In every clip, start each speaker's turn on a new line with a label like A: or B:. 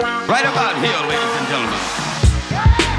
A: Right about here, ladies and gentlemen.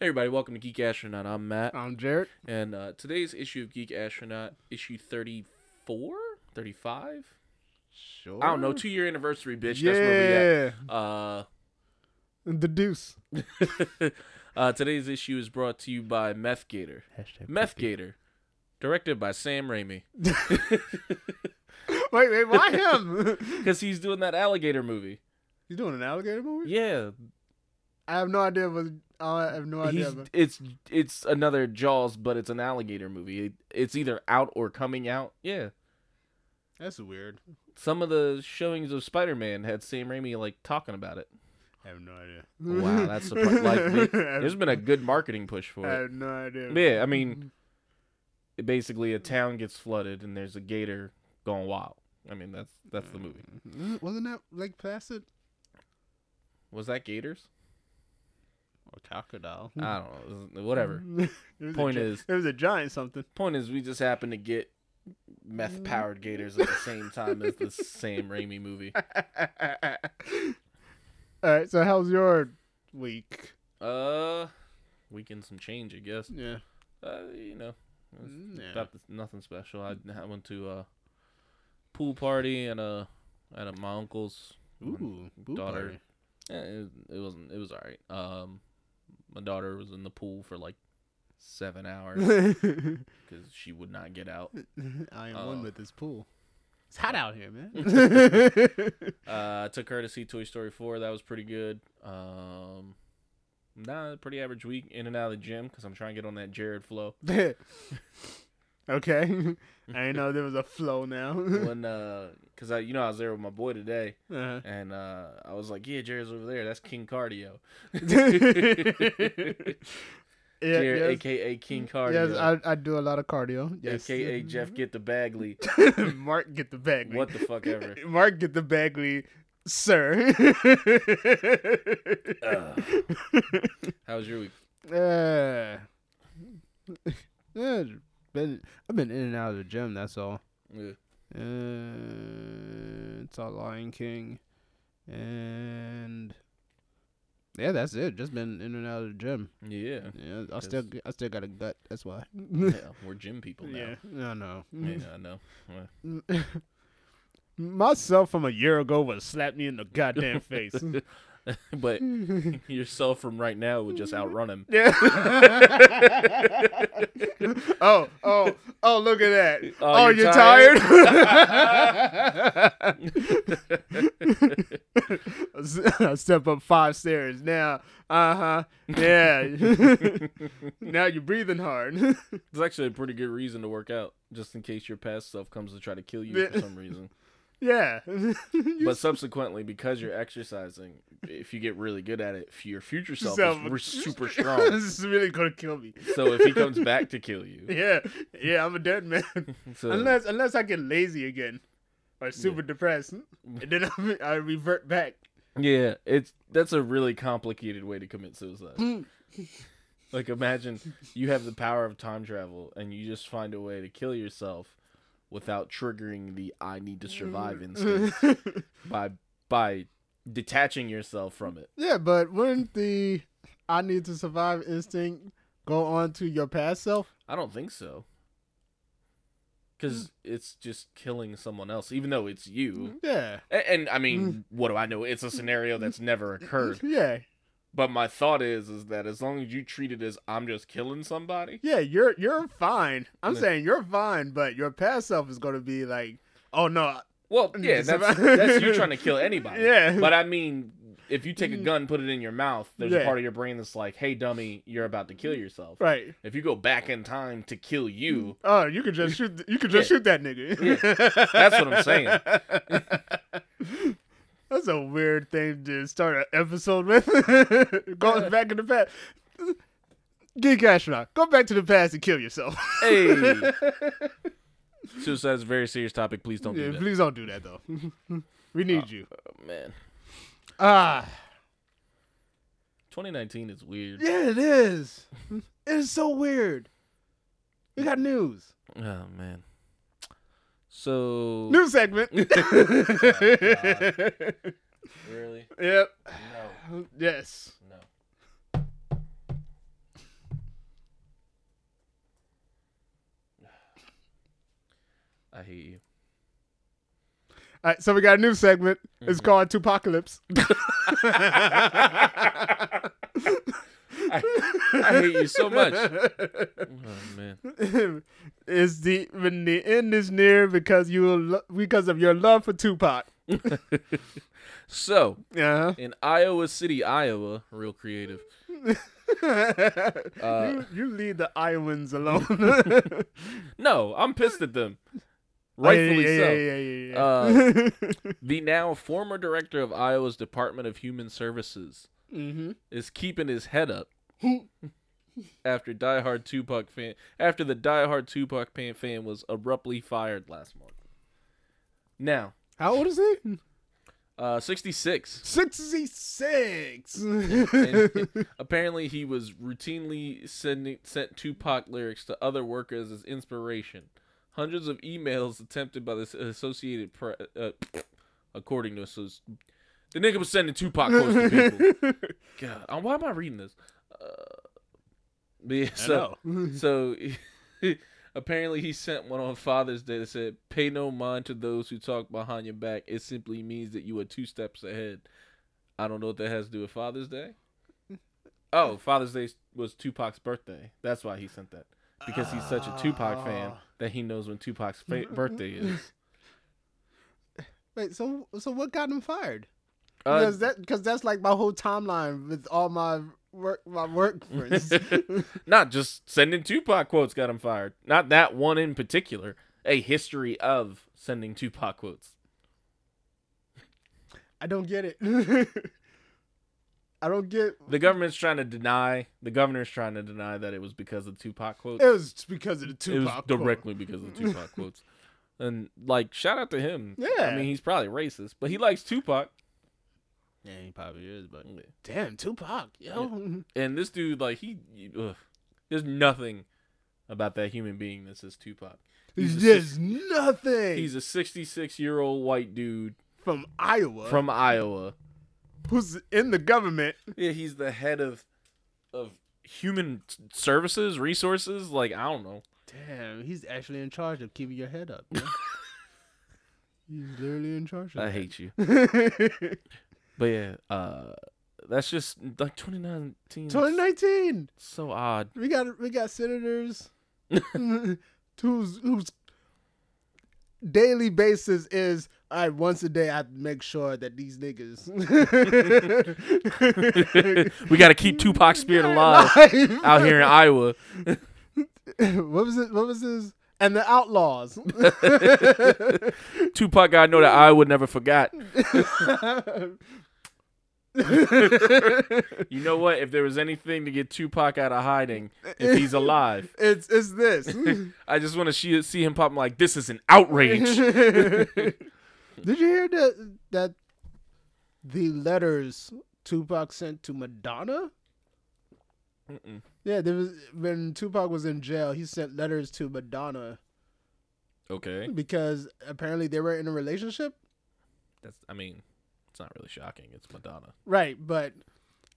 B: Hey everybody, welcome to Geek Astronaut. I'm Matt,
C: I'm Jared.
B: and uh, today's issue of Geek Astronaut, issue 34, 35.
C: Sure.
B: I don't know, two year anniversary, bitch.
C: yeah.
B: That's where we at.
C: The deuce.
B: Uh, uh, today's issue is brought to you by Meth Gator.
C: Hashtag
B: Meth Gator, directed by Sam Raimi,
C: Wait, wait, why him?
B: because he's doing that alligator movie.
C: you doing an alligator movie?
B: Yeah,
C: I have no idea, but I have no idea.
B: he's,
C: But
B: it's it's another Jaws, but it's an alligator movie. It, it's either out or coming out. Yeah.
C: that's weird.
B: Some of the showings of Spider Man had Sam Raimi like talking about it.
C: I have no idea.
B: Wow, that's surprising. Like,
C: I have-
B: There's been a good marketing push for
C: I
B: it.
C: have no idea.
B: Yeah, I mean, it basically a town gets flooded and there's a gator going wild. I mean, that's that's the movie.
C: Mm, wasn't that like Placid
B: Was that gators?
C: or crocodile?
B: I don't know. Uh,
C: Mm-hmm.
B: Whatever. Point is-
C: it was a giant something.
B: Point is, we just happen to get meth powered gators at the same time as the Sam Raimi movie.
C: All right, so how's your week?
B: Uh, weekend some change, I guess.
C: Yeah. Mm,
B: Uh, you know, it was
C: Yeah.
B: about the- nothing special. I, I went to a pool party and uh at a, my uncle's.
C: Ooh, boo
B: daughter.
C: party.
B: Yeah, it, it wasn't. It was all right. Um, my daughter was in the pool for like seven hours because she would not get out.
C: I am
B: Uh,
C: one with this pool. It's hot out here, man.
B: Uh, I took her to see Toy Story four. That was pretty good. Um, nah, pretty average week in and out of the gym because I'm trying to get on that Jared flow.
C: okay. I didn't know there was a flow now.
B: When uh, cause I you know I was there with my boy today
C: Uh-huh.
B: and uh, I was like, yeah, Jared's over there. That's King Cardio.
C: yeah,
B: Jared,
C: yes. Mm,
B: aka King Cardio.
C: Yes, I, I do a lot of cardio. Yes. mm-hmm.
B: AKA Jeff Get the Bagley.
C: Mark, get the Bagley.
B: What the fuck ever.
C: Mark, get the Bagley, sir.
B: Ugh. How was your week?
C: Uh, yeah, been, I've been in and out of the gym. That's all.
B: Yeah.
C: Uh, it's all Lion King, and yeah, that's it. Just been in and out of the gym.
B: Yeah.
C: Yeah, I still I still got a gut. That's why.
B: Yeah, We're gym people now.
C: no, no.
B: Yeah, I know. Well,
C: Myself from a year ago would have slapped me in the goddamn face.
B: But
C: Mm.
B: yourself from right now would
C: Mm-hmm.
B: just outrun him.
C: Yeah. oh, oh, oh! Look at that.
B: Oh,
C: Oh,
B: you're
C: you're,
B: tired?
C: tired. I step up five stairs now. Uh huh. Yeah. now you're breathing hard.
B: It's actually a pretty good reason to work out, just in case your past self comes to try to kill you for
C: Yeah.
B: some reason.
C: yeah.
B: But subsequently, because you're exercising, if you get really good at it, f- your future self
C: Self-
B: is re- super strong.
C: this is really gonna kill me.
B: So if he comes back to kill you,
C: Yeah. Yeah. I'm a dead man.
B: so
C: unless unless I get lazy again or super depressed, and then I, I revert back.
B: yeah, it's that's a really complicated way to commit suicide. Like imagine you have the power of time travel and you just find a way to kill yourself without triggering the I need to
C: Mm.
B: survive instinct by by detaching yourself from it.
C: yeah, but wouldn't the I need to survive instinct go on to your past self?
B: I don't think so. Cuz it's just killing someone else even though it's you.
C: Yeah.
B: A- And, I mean, what do I know? It's a scenario that's never occurred.
C: Yeah.
B: But my thought is is that as long as you treat it as I'm just killing somebody,
C: Yeah, you're you're fine. I'm
B: Yeah.
C: saying you're fine, but your past self is gonna be like, oh no,
B: Well,
C: And
B: yeah,
C: just
B: that's
C: survive.
B: that's you trying to kill anybody.
C: Yeah.
B: but I mean, if you take a gun, put it in your mouth, there's a
C: Yeah.
B: part of your brain that's like, "Hey, dummy, you're about to kill yourself."
C: Right.
B: If you go back in time to kill you,
C: Oh, you could just shoot. You could just
B: Yeah.
C: shoot that nigga.
B: that's what I'm saying.
C: That's a weird thing to start an episode with. Going back in the past. Geek astronaut, go back to the past and kill yourself.
B: hey, suicide is a very serious topic. Please don't
C: Yeah,
B: do that,
C: please don't do that though. we need you.
B: Oh, man.
C: Ah,
B: 2019 is weird.
C: yeah, it is. It is so weird. We got news.
B: Oh man. So
C: News segment.
B: really,
C: yep.
B: no,
C: Yes.
B: no. I hate you.
C: All right, so we got a new segment.
B: Mm-hmm.
C: It's called Tupacalypse.
B: I, I hate you so much. Oh man.
C: is the when the end is near because you will lo- because of your love for Tupac. Uh-huh.
B: So
C: Yeah.
B: in Iowa City, Iowa, real creative. Uh,
C: you, you leave the Iowans alone.
B: No, I'm pissed at them. Rightfully
C: Oh, yeah, yeah,
B: so. Uh,
C: Yeah, yeah, yeah. yeah.
B: The now former director of Iowa's Department of Human Services
C: Mhm.
B: is keeping his head up after Die Hard Tupac fan after the Die Hard Tupac fan fan was abruptly fired last month. Now,
C: How old is he?
B: uh, 66.
C: Sixty-six.
B: And apparently, he was routinely sending sent Tupac lyrics to other workers as inspiration. Hundreds of emails attempted by the S- Associated Press, uh, according to Associ- the nigga was sending Tupac quotes to people. God, uh, why am I reading this? Uh, but yeah, so, so apparently he sent one on Father's Day that said, "Pay no mind to those who talk behind your back. It simply means that you are two steps ahead." I don't know what that has to do with Father's Day. Oh, Father's Day was Tupac's birthday. That's why he sent that because he's such a Tupac fan
C: Ah.
B: that he knows when Tupac's fa- birthday is.
C: Wait, so so what got him fired?
B: Uh,
C: Because that because that's like my whole timeline with all my work my work friends.
B: Not just sending Tupac quotes got him fired. Not that one in particular. A history of sending Tupac quotes.
C: I don't get it. I don't get.
B: The government's trying to deny. The governor's trying to deny that it was because of Tupac quotes.
C: It was because of
B: It
C: the
B: was
C: Tupac. quote.
B: directly because of Tupac quotes. And like, shout out to him. I
C: Yeah.
B: mean, he's probably racist, but he likes Tupac.
C: Yeah, he probably is, but damn Tupac, yo.
B: And this dude, like, he, ugh, there's nothing about that human being that says Tupac.
C: He's
B: a
C: just nothing.
B: He's a 66 year old white dude
C: from Iowa,
B: from Iowa.
C: who's in the government.
B: Yeah, he's the head of of human s- services, resources. Like I don't know.
C: Damn, he's actually in charge of keeping your head up. he's literally in charge.
B: I
C: Of
B: hate you.
C: that.
B: But yeah, uh, that's just like 2019. 's
C: 2019.
B: So odd.
C: We got we got senators whose whose daily basis is I once a day I make sure that these niggas
B: we got to keep Tupac's spirit alive out here in Iowa.
C: What was it? What was his? And the outlaws.
B: Tupac got to know that Iowa never forgot. You know what? If there was anything to get Tupac out of hiding, if he's alive,
C: it's it's this.
B: I just want to see, see him pop. I'm like, this is an outrage.
C: Did you hear that that the letters Tupac sent to Madonna?
B: Mm-mm.
C: Yeah, there was when Tupac was in jail, he sent letters to Madonna
B: Okay,
C: because apparently they were in a relationship.
B: that's. I mean, it's not really shocking. It's Madonna.
C: Right, but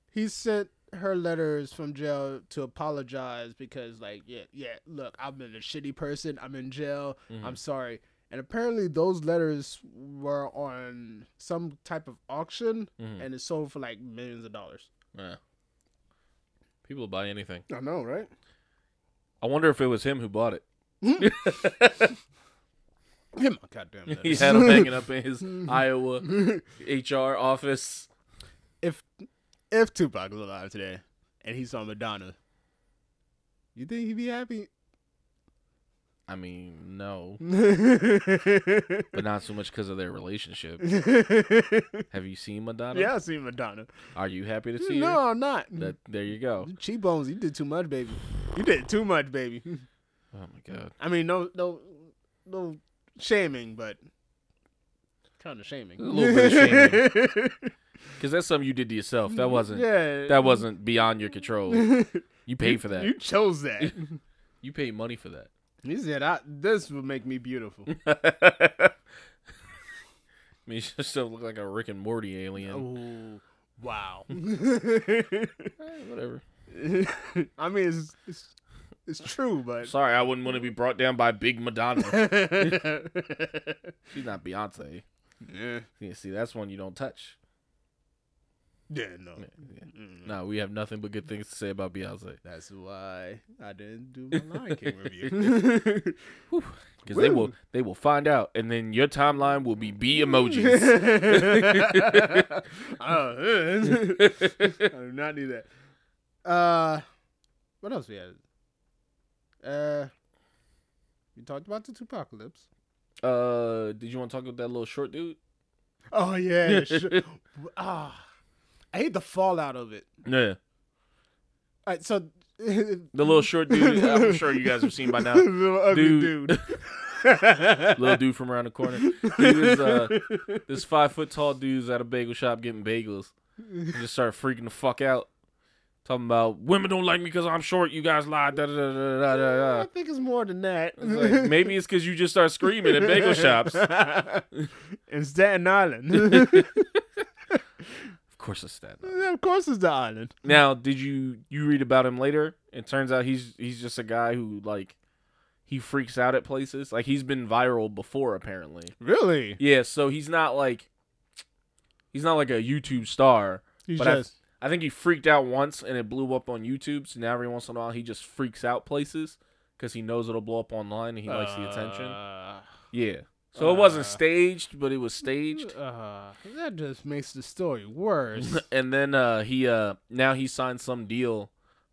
C: he sent her letters from jail to apologize because like, yeah, yeah, look, I've been a shitty person. I'm in jail.
B: Mm-hmm.
C: I'm sorry. And apparently those letters were on some type of auction
B: Mhm.
C: and it sold for like millions of dollars.
B: Yeah. People buy anything.
C: I know, right?
B: I wonder if it was him who bought it.
C: Yeah, my goddamn
B: He had him hanging up in his Iowa HR office.
C: if if Tupac was alive today and he saw Madonna, you think he'd be happy?
B: I mean, no, but not so much because of their relationship.
C: yeah,
B: Have you seen Madonna?
C: I see Madonna.
B: Are you happy to see
C: No,
B: her?
C: I'm not.
B: That there you go.
C: Cheekbones, you did too much, baby. You did too much, baby.
B: Oh my god.
C: I mean, no, no, no shaming, but kind of shaming.
B: A little bit of Because that's something you did to yourself. That wasn't.
C: Yeah,
B: That wasn't beyond your control. You paid for that.
C: You chose that.
B: You paid money for that.
C: he said, I, "This would make me beautiful."
B: I mean, you just don't look like a Rick and Morty alien.
C: Ooh, wow.
B: Eh, whatever.
C: I mean, it's it's, it's true, but
B: Sorry, I wouldn't want to be brought down by Big Madonna.
C: yeah,
B: She's not Beyonce. Yeah, see, that's one you don't touch.
C: yeah, no.
B: Yeah, yeah.
C: Mm.
B: No, we have nothing but good things to say about Beyonce
C: That's why I didn't do my Lion King review.
B: because they will
C: Woo.
B: they will find out, and then your timeline will be B emojis.
C: Oh, I do not do that. Uh, what else we had? Uh, we talked about the Tupacalypse.
B: uh, did you want to talk about that little short dude?
C: Oh yeah. sh- ah, I hate the fallout of it.
B: Yeah,
C: All right, so the
B: the little short dude. I'm sure you guys have seen by now. uh, Dude.
C: dude.
B: Little dude from around the corner. He was uh, this five foot tall dude's at a bagel shop getting bagels. He just started freaking the fuck out, talking about women don't like me because I'm short. You guys lie. Da da da da da da. da.
C: I think it's more than that.
B: It's like, maybe it's because you just start screaming at bagel shops. Of
C: in Staten Island.
B: course, it's that.
C: of course, it's the island.
B: Now, did you you read about him later? It turns out he's he's just a guy who like he freaks out at places. Like he's been viral before, apparently.
C: Really?
B: Yeah, so he's not like he's not like a YouTube star.
C: He's
B: But I-
C: just
B: I think he freaked out once and it blew up on YouTube. So now every once in a while he just freaks out places because he knows it'll blow up online and he likes the attention.
C: Uh,
B: Yeah. So it wasn't
C: uh.
B: staged, but it was staged.
C: uh, that just makes the story worse.
B: and then uh, he uh, now he signed some deal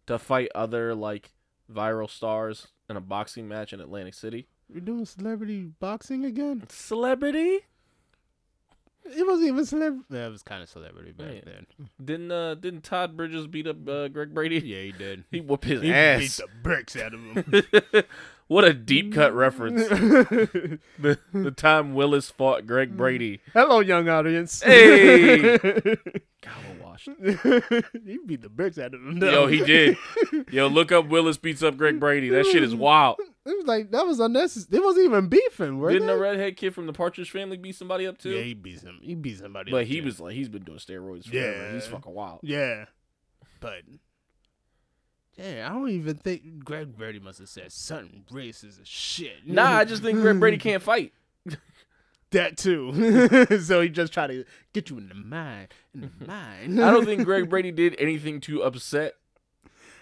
B: to fight other like viral stars in a boxing match in Atlantic City.
C: You're doing celebrity boxing again?
B: Celebrity?
C: It wasn't even celebrity. That was kind of celebrity back
B: Yeah.
C: then.
B: Didn't uh, didn't Todd Bridges beat up uh, Greg Brady?
C: Yeah, he did.
B: He whooped his
C: He
B: ass.
C: beat the bricks out of him.
B: what a deep cut reference. the, the time Willis fought Greg
C: Mm.
B: Brady.
C: Hello, young audience.
B: Hey! God, we're washed.
C: he beat the bricks out of him.
B: Yo,
C: though.
B: he did. Yo, look up Willis beats up Greg Brady. That shit is wild.
C: It was like that was unnecessary. It wasn't even beefing, were
B: Didn't
C: they?
B: the redhead kid from the Partridge Family beat somebody up too?
C: yeah, he beat some. He beat somebody.
B: But
C: up,
B: he
C: too.
B: was like, he's been doing steroids forever. He's
C: Yeah.
B: fucking wild.
C: Yeah, but yeah, I don't even think Greg Brady must have said something racist as shit.
B: Nah, I just think Greg Brady can't fight.
C: that too. so he just tried to get you in the mind, in the mind.
B: I don't think Greg Brady did anything to upset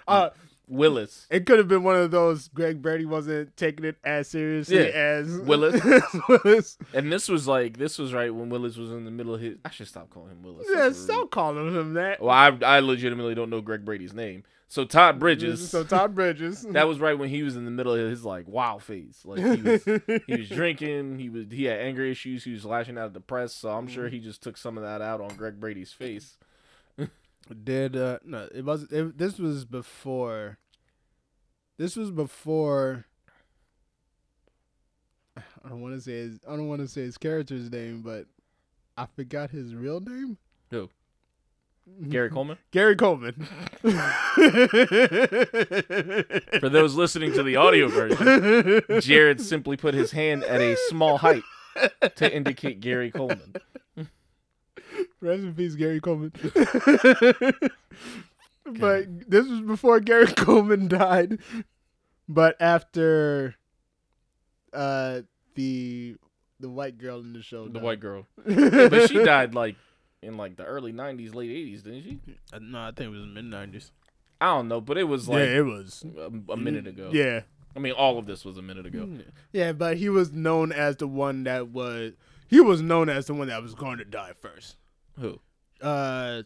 C: Uh,
B: Willis.
C: it could have been one of those Greg Brady wasn't taking it as seriously
B: Yeah.
C: as
B: Willis.
C: as Willis.
B: And this was like, this was right when Willis was in the middle of his. I should stop calling him Willis.
C: Yeah,
B: That's rude.
C: stop calling him that.
B: Well, I, I legitimately don't know Greg Brady's name. So Todd Bridges.
C: So Todd Bridges.
B: that was right when he was in the middle of his like wow phase. Like he was, he was drinking. He was he had anger issues. He was lashing out at the press. So I'm sure he just took some of that out on Greg Brady's face.
C: Did uh no? It was it, this was before. This was before. I don't want to say his. I don't want to say his character's name, but I forgot his real name.
B: Who? Gary Coleman.
C: Gary Coleman.
B: For those listening to the audio version, Jared simply put his hand at a small height to indicate Gary Coleman.
C: Rest in peace, Gary Coleman. but this was before Gary Coleman died, but after uh the the white girl in the show.
B: The
C: died.
B: white girl, but she died like in like the early '90s, late '80s, didn't she?
C: Uh, no, I think it was mid nineties.
B: I don't know, but it was like
C: yeah, it was.
B: a, a minute ago.
C: Yeah, Mm.
B: I mean, all of this was a minute ago.
C: yeah, but he was known as the one that was. He was known as the one that was going to die first.
B: Who?
C: Uh,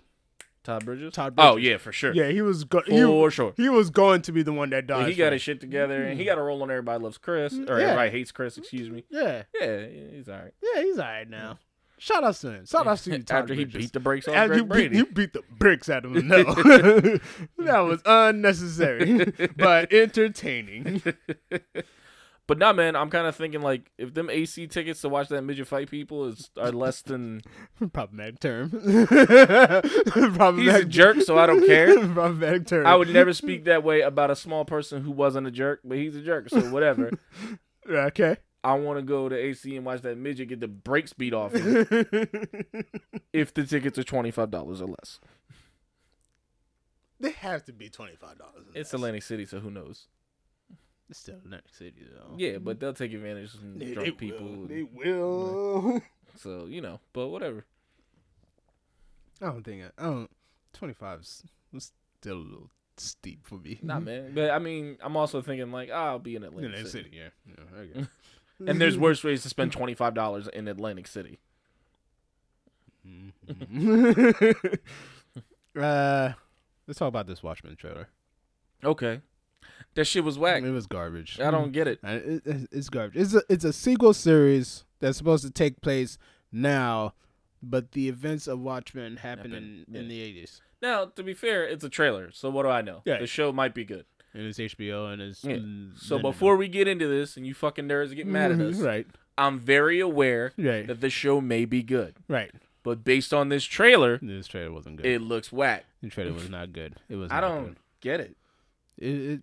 B: Todd Bridges.
C: Todd
B: Oh
C: Bridges.
B: yeah, for sure.
C: Yeah, he was go-
B: for
C: he,
B: sure.
C: he was going to be the one that died.
B: Like, he got his shit together, and he got a role on Everybody Loves Chris or
C: Yeah.
B: Everybody Hates Chris. Excuse me.
C: yeah,
B: Yeah, he's all right.
C: yeah, he's all right now. Shout out to him. Shout out to you, Todd
B: After he
C: Bridges.
B: beat the brakes off
C: After
B: Greg
C: you beat,
B: Brady.
C: you beat the bricks out of him. No, that was unnecessary, but entertaining.
B: But nah, man, I'm kind of thinking like if them AC tickets to watch that midget fight people is are less than
C: Problematic term. Problematic.
B: he's a jerk, so I don't care.
C: Problematic term.
B: I would never speak that way about a small person who wasn't a jerk, but he's a jerk, so whatever.
C: Okay.
B: I want to go to AC and watch that midget get the brakes beat off him
C: they
B: if the tickets are twenty five dollars or less.
C: have to be twenty five dollars.
B: It's Atlantic City, so who knows?
C: It's still Atlantic City though.
B: Yeah, but they'll take advantage of some
C: They,
B: drunk
C: they
B: people.
C: Will.
B: and-
C: They will.
B: So you know, but whatever.
C: I don't think I, I don't. Twenty five was still a little steep for me.
B: Nah, man. But I mean, I'm also thinking like, ah, I'll be in Atlantic
C: Atlantic
B: City.
C: City. Yeah. yeah okay.
B: And there's worse ways to spend twenty five dollars in Atlantic City.
C: Mm-hmm. uh, let's talk about this Watchmen trailer.
B: Okay, that shit was whack.
C: It was garbage.
B: I don't get it.
C: Uh, it- it- it's garbage. It's a it's a sequel series that's supposed to take place now, but the events of Watchmen happened in,
B: Happened,
C: in
B: yeah.
C: the eighties.
B: Now, to be fair, it's a trailer, so what do I know?
C: Yeah.
B: The show might be good.
C: And it's HBO and it's
B: Yeah. So before we get into this, and you fucking nerds get mad at us,
C: Mm-hmm. right,
B: I'm very aware
C: right,
B: that the show may be good,
C: right.
B: but based on this trailer,
C: This trailer wasn't good.
B: it looks whack.
C: the trailer was not good. It was.
B: I
C: not
B: don't get it.
C: good. It,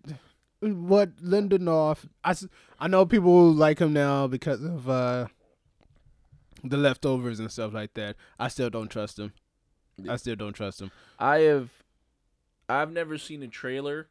C: it, what Lindelof? I, s- I know people like him now because of uh, the leftovers and stuff like that. I still don't trust him. I still don't trust him.
B: I have, I've never seen a trailer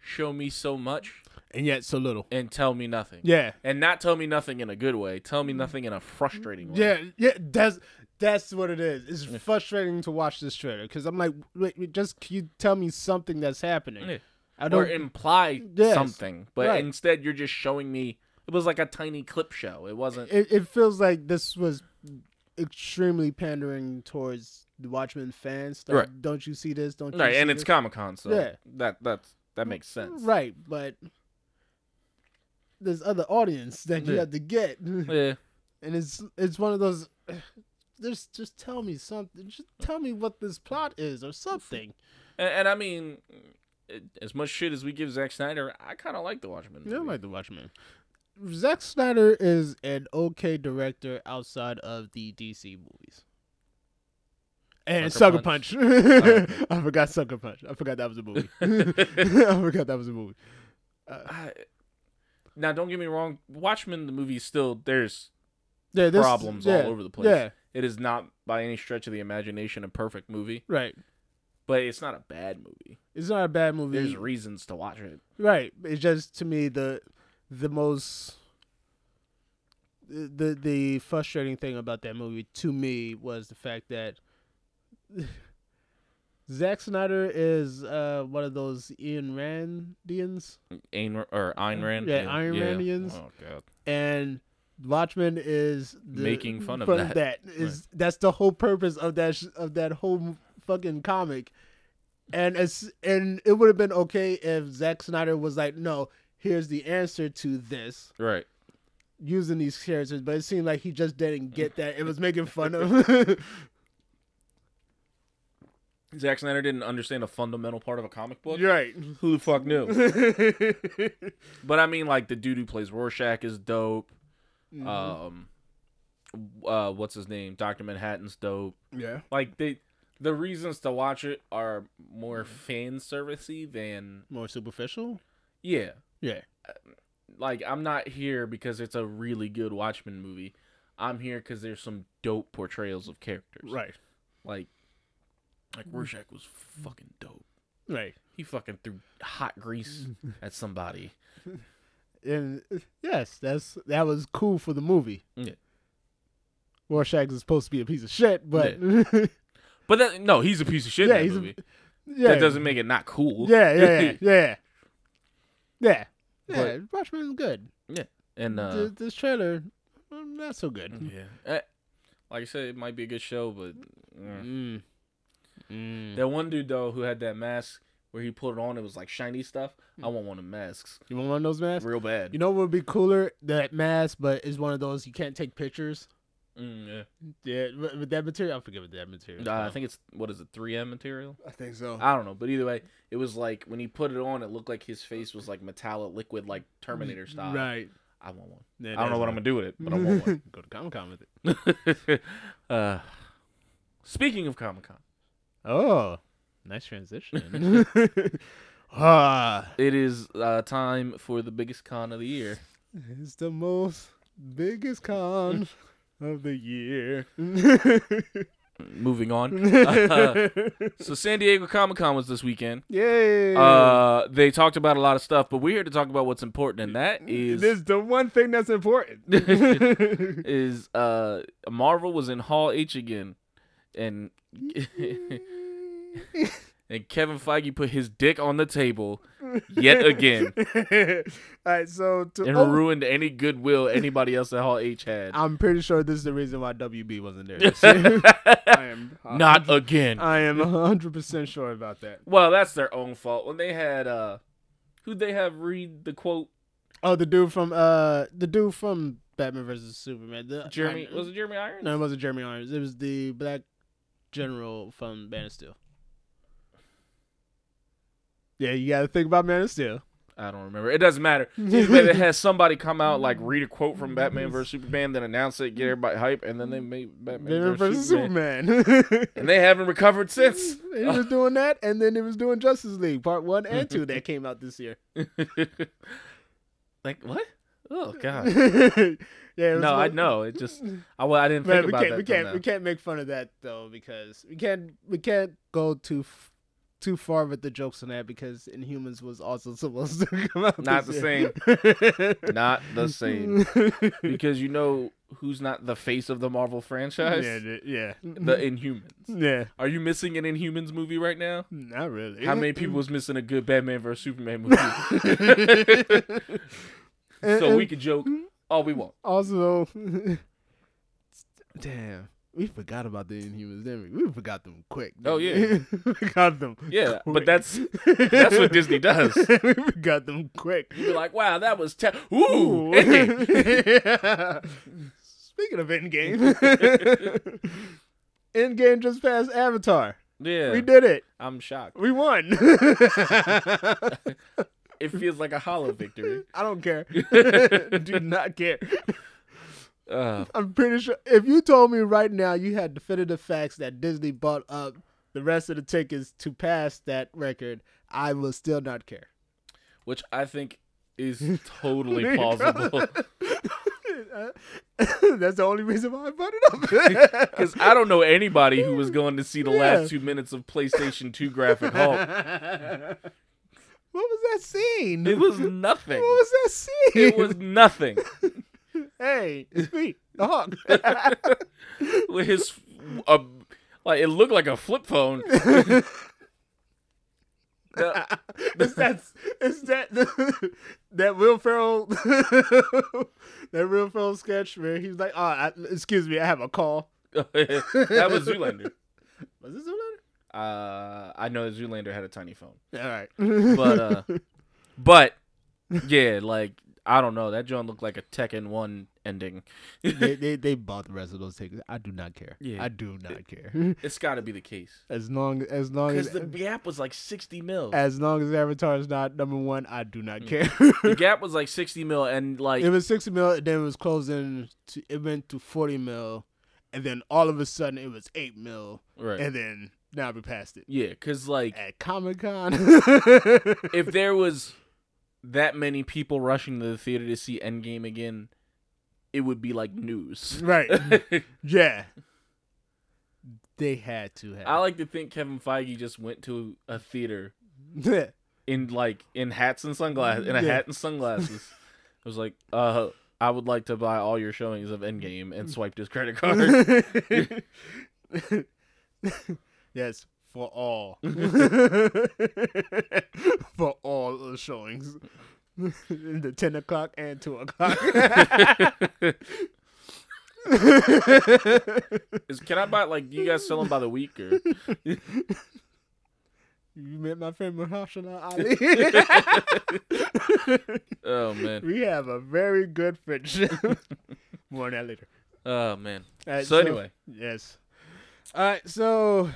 B: show me so much
C: And yet, so little.
B: and tell me nothing.
C: Yeah, Mm.
B: And not tell me nothing in a good way. Tell me nothing in a frustrating way.
C: Yeah, yeah, that's that's what it is. It's frustrating to watch this trailer because I'm like, wait, wait, just can you tell me something that's happening?
B: Yeah.
C: I
B: or
C: don't.
B: imply
C: Yes.
B: something. But
C: Right.
B: instead, you're just showing me. It was like a tiny clip show. It wasn't.
C: it, it feels like this was extremely pandering towards the Watchmen fans. Like,
B: Right.
C: Don't you see this? Don't you
B: right,
C: see
B: and it's
C: this?
B: Comic Con, so
C: Yeah.
B: that that's that makes sense.
C: right, but there's other audience that you
B: Yeah.
C: have to get, and
B: Yeah.
C: it's it's one of those. Just just tell me something. Just tell me what this plot is or something.
B: And, and I mean, it, as much shit as we give Zack Snyder, I kind of like the Watchmen.
C: Yeah, I
B: movie.
C: like The Watchmen. Zack Snyder is an okay director outside of the DC movies. And Sucker
B: Sucker
C: Punch.
B: Punch. Oh,
C: I forgot Sucker Punch. I forgot that was a movie. I forgot that was a movie.
B: I, now, don't get me wrong. Watchmen the movie is still there's
C: Yeah, this,
B: problems
C: yeah,
B: all over the place.
C: Yeah,
B: It is not by any stretch of the imagination a perfect movie,
C: right.
B: but it's not a bad movie.
C: It's not a bad movie.
B: There's reasons to watch it.
C: Right. It's just to me the the most the the frustrating thing about that movie to me was the fact that Zack Snyder is uh one of those Ian Randians
B: Ayn, or Ayn Rand.
C: Yeah, Ayn Randians.
B: Oh god.
C: and Watchmen is the,
B: Making fun of that.
C: is that's the whole purpose of that sh- of that whole fucking comic. And it's and it would have been okay if Zack Snyder was like, "No, here's the answer to this."
B: Right.
C: using these characters, but it seemed like he just didn't get that. It was making fun of.
B: Zack Snyder didn't understand a fundamental part of a comic book.
C: right.
B: Who the fuck knew? but I mean, like the dude who plays Rorschach is dope.
C: Mm-hmm.
B: Um, uh, what's his name? Doctor Manhattan's dope.
C: yeah.
B: Like they, the reasons to watch it are more
C: Mm-hmm.
B: fan servicey than
C: More superficial.
B: yeah. Uh,
C: Yeah.
B: Like I'm not here because it's a really good Watchmen movie. I'm here because there's some dope portrayals of characters.
C: Right. Mm-hmm.
B: Like, like Rorschach was fucking dope.
C: Right.
B: He fucking threw hot grease at somebody.
C: And uh, yes, that's that was cool for the movie.
B: Yeah.
C: Rorschach is supposed to be a piece of shit, but yeah,
B: But that, no, he's a piece of shit.
C: Yeah,
B: in that
C: he's a-
B: movie.
C: yeah,
B: That doesn't make it not cool.
C: Yeah, yeah, yeah, yeah, yeah. Yeah,
B: But-
C: Watchmen's good.
B: and uh,
C: Th- this trailer, mm, not
B: Mm-hmm.
C: so good.
B: yeah, Eh, like I said, it might be a good show, but mm,
C: Mm. Mm.
B: That one dude though who had that mask where he put it on, it was like shiny stuff. I want one of the masks,
C: You want one of those masks?
B: real bad.
C: You know what would be cooler? That mask, but it's one of those you can't take pictures.
B: Mm, yeah.
C: Yeah, with with that material, I forget what that material. is
B: Nah, I
C: called.
B: think it's what is it, 3M material?
C: I think so.
B: I don't know, but either way, it was like when he put it on, it looked like his face was like metallic liquid, like Terminator style.
C: Right.
B: I want one.
C: Yeah,
B: I don't know
C: that's
B: what I'm gonna do with it, but I want one.
C: Go to Comic Con with it.
B: uh, speaking of Comic Con,
C: Oh, nice transition. ah,
B: it is uh, time for the biggest con of the year.
C: it's the most biggest con of the year.
B: Moving on. so San Diego Comic Con was this weekend.
C: Yay!
B: Uh, they talked about a lot of stuff, but we're here to talk about what's important, and that
C: this
B: is
C: is the one thing that's important.
B: is uh Marvel was in Hall H again, and and Kevin Feige put his dick on the table yet again
C: All right, so to
B: and
C: oh,
B: ruined any goodwill anybody else at Hall H had.
C: I'm pretty sure this is the reason why WB wasn't there. this year. I am
B: Not again.
C: I am 100 percent sure about that.
B: Well, that's their own fault. When they had uh, who'd they have read the quote?
C: Oh, the dude from uh, the dude from Batman versus Superman. The,
B: Jeremy
C: I-
B: was it Jeremy Irons?
C: No, it wasn't Jeremy Irons. It was the black general from Man of Steel. Yeah, you got to think about Man of Steel.
B: I don't remember. It doesn't matter. Either way, they had somebody come out like read a quote from Batman vs Superman, then announce it, get everybody hype, and then they made Batman
C: Batman
B: vs
C: versus
B: Superman.
C: Superman.
B: and they haven't recovered since.
C: he was doing that, and then he was doing Justice League Part One and Two that came out this year.
B: like what? Oh
C: yeah,
B: god.
C: it was
B: No, I
C: one-
B: know. It just I, well, I didn't
C: Man,
B: think
C: we
B: about
C: can't,
B: that.
C: we
B: till
C: can't,
B: now.
C: we can't make fun of that though because we can't, we can't go too, f- too far with the jokes on that because Inhumans was also supposed to come out.
B: Not
C: this
B: the
C: year.
B: Not the same because you know who's not the face of the Marvel franchise?
C: yeah, th- yeah,
B: The Inhumans.
C: yeah.
B: Are you missing an Inhumans movie right now?
C: Not really.
B: How many people was missing a good Batman vs Superman movie?
C: Uh,
B: so we could joke
C: hmm?
B: all we want.
C: also, damn, we forgot about the Inhumans, didn't we? We forgot them quick. didn't
B: Oh,
C: we?
B: yeah.
C: we forgot them.
B: Yeah, but
C: quick.
B: that's that's what Disney does.
C: we forgot them quick.
B: You're like, wow, that was te- ooh.
C: Speaking of Endgame, Endgame just passed Avatar.
B: yeah,
C: We did it.
B: I'm shocked.
C: We won.
B: It feels like a hollow victory.
C: I don't care. Do not care.
B: Uh,
C: I'm pretty sure if you told me right now you had definitive facts that Disney bought up the rest of the tickets to pass that record, I will still not care.
B: which I think is totally plausible
C: That's the only reason why I brought it up.
B: because I don't know anybody who was going to see the last
C: Yeah.
B: two minutes of PlayStation Two graphic halt.
C: What was that scene?
B: It was nothing.
C: What was that scene?
B: It was nothing.
C: Hey, it's me, the hawk.
B: With his, uh, like it looked like a flip phone. Uh,
C: it's that. It's that. that Will Ferrell. that Will Ferrell sketch where he's like, "Oh, I, excuse me, I have a call."
B: that was Zoolander.
C: Was this Zoolander?
B: Uh, I know that Zoolander had a tiny phone,
C: All right,
B: but uh, but yeah, like I don't know. That John looked like a Tekken One ending.
C: they, they they bought the rest of those tickets. I do not care.
B: Yeah.
C: I do not care.
B: It's got to be the case
C: As long as long as
B: because the gap was like sixty mil.
C: as long as Avatar is not number one, I do not care.
B: The gap was like sixty mil, and Mm. like
C: it was sixty mil, and then it was closing. To, it went to forty mil, and then all of a sudden it was eight mil,
B: right,
C: and then now we passed it
B: yeah, because like
C: at Comic Con.
B: if there was that many people rushing to the theater to see Endgame again, it would be like news.
C: right, yeah, they had to have.
B: I like to think Kevin Feige just went to a theater
C: Yeah.
B: in like in hats and sunglasses in a
C: Yeah.
B: hat and sunglasses. I was like, uh I would like to buy all your showings of Endgame and swiped his credit card.
C: yes, for all. for all the showings. the 10 o'clock and 2 o'clock.
B: Is can I buy like do you guys sell them by the week or
C: you met my friend Mahershala Ali.
B: oh man,
C: we have a very good friendship. More on that later.
B: oh man.
C: All right,
B: So anyway.
C: yes. All right, so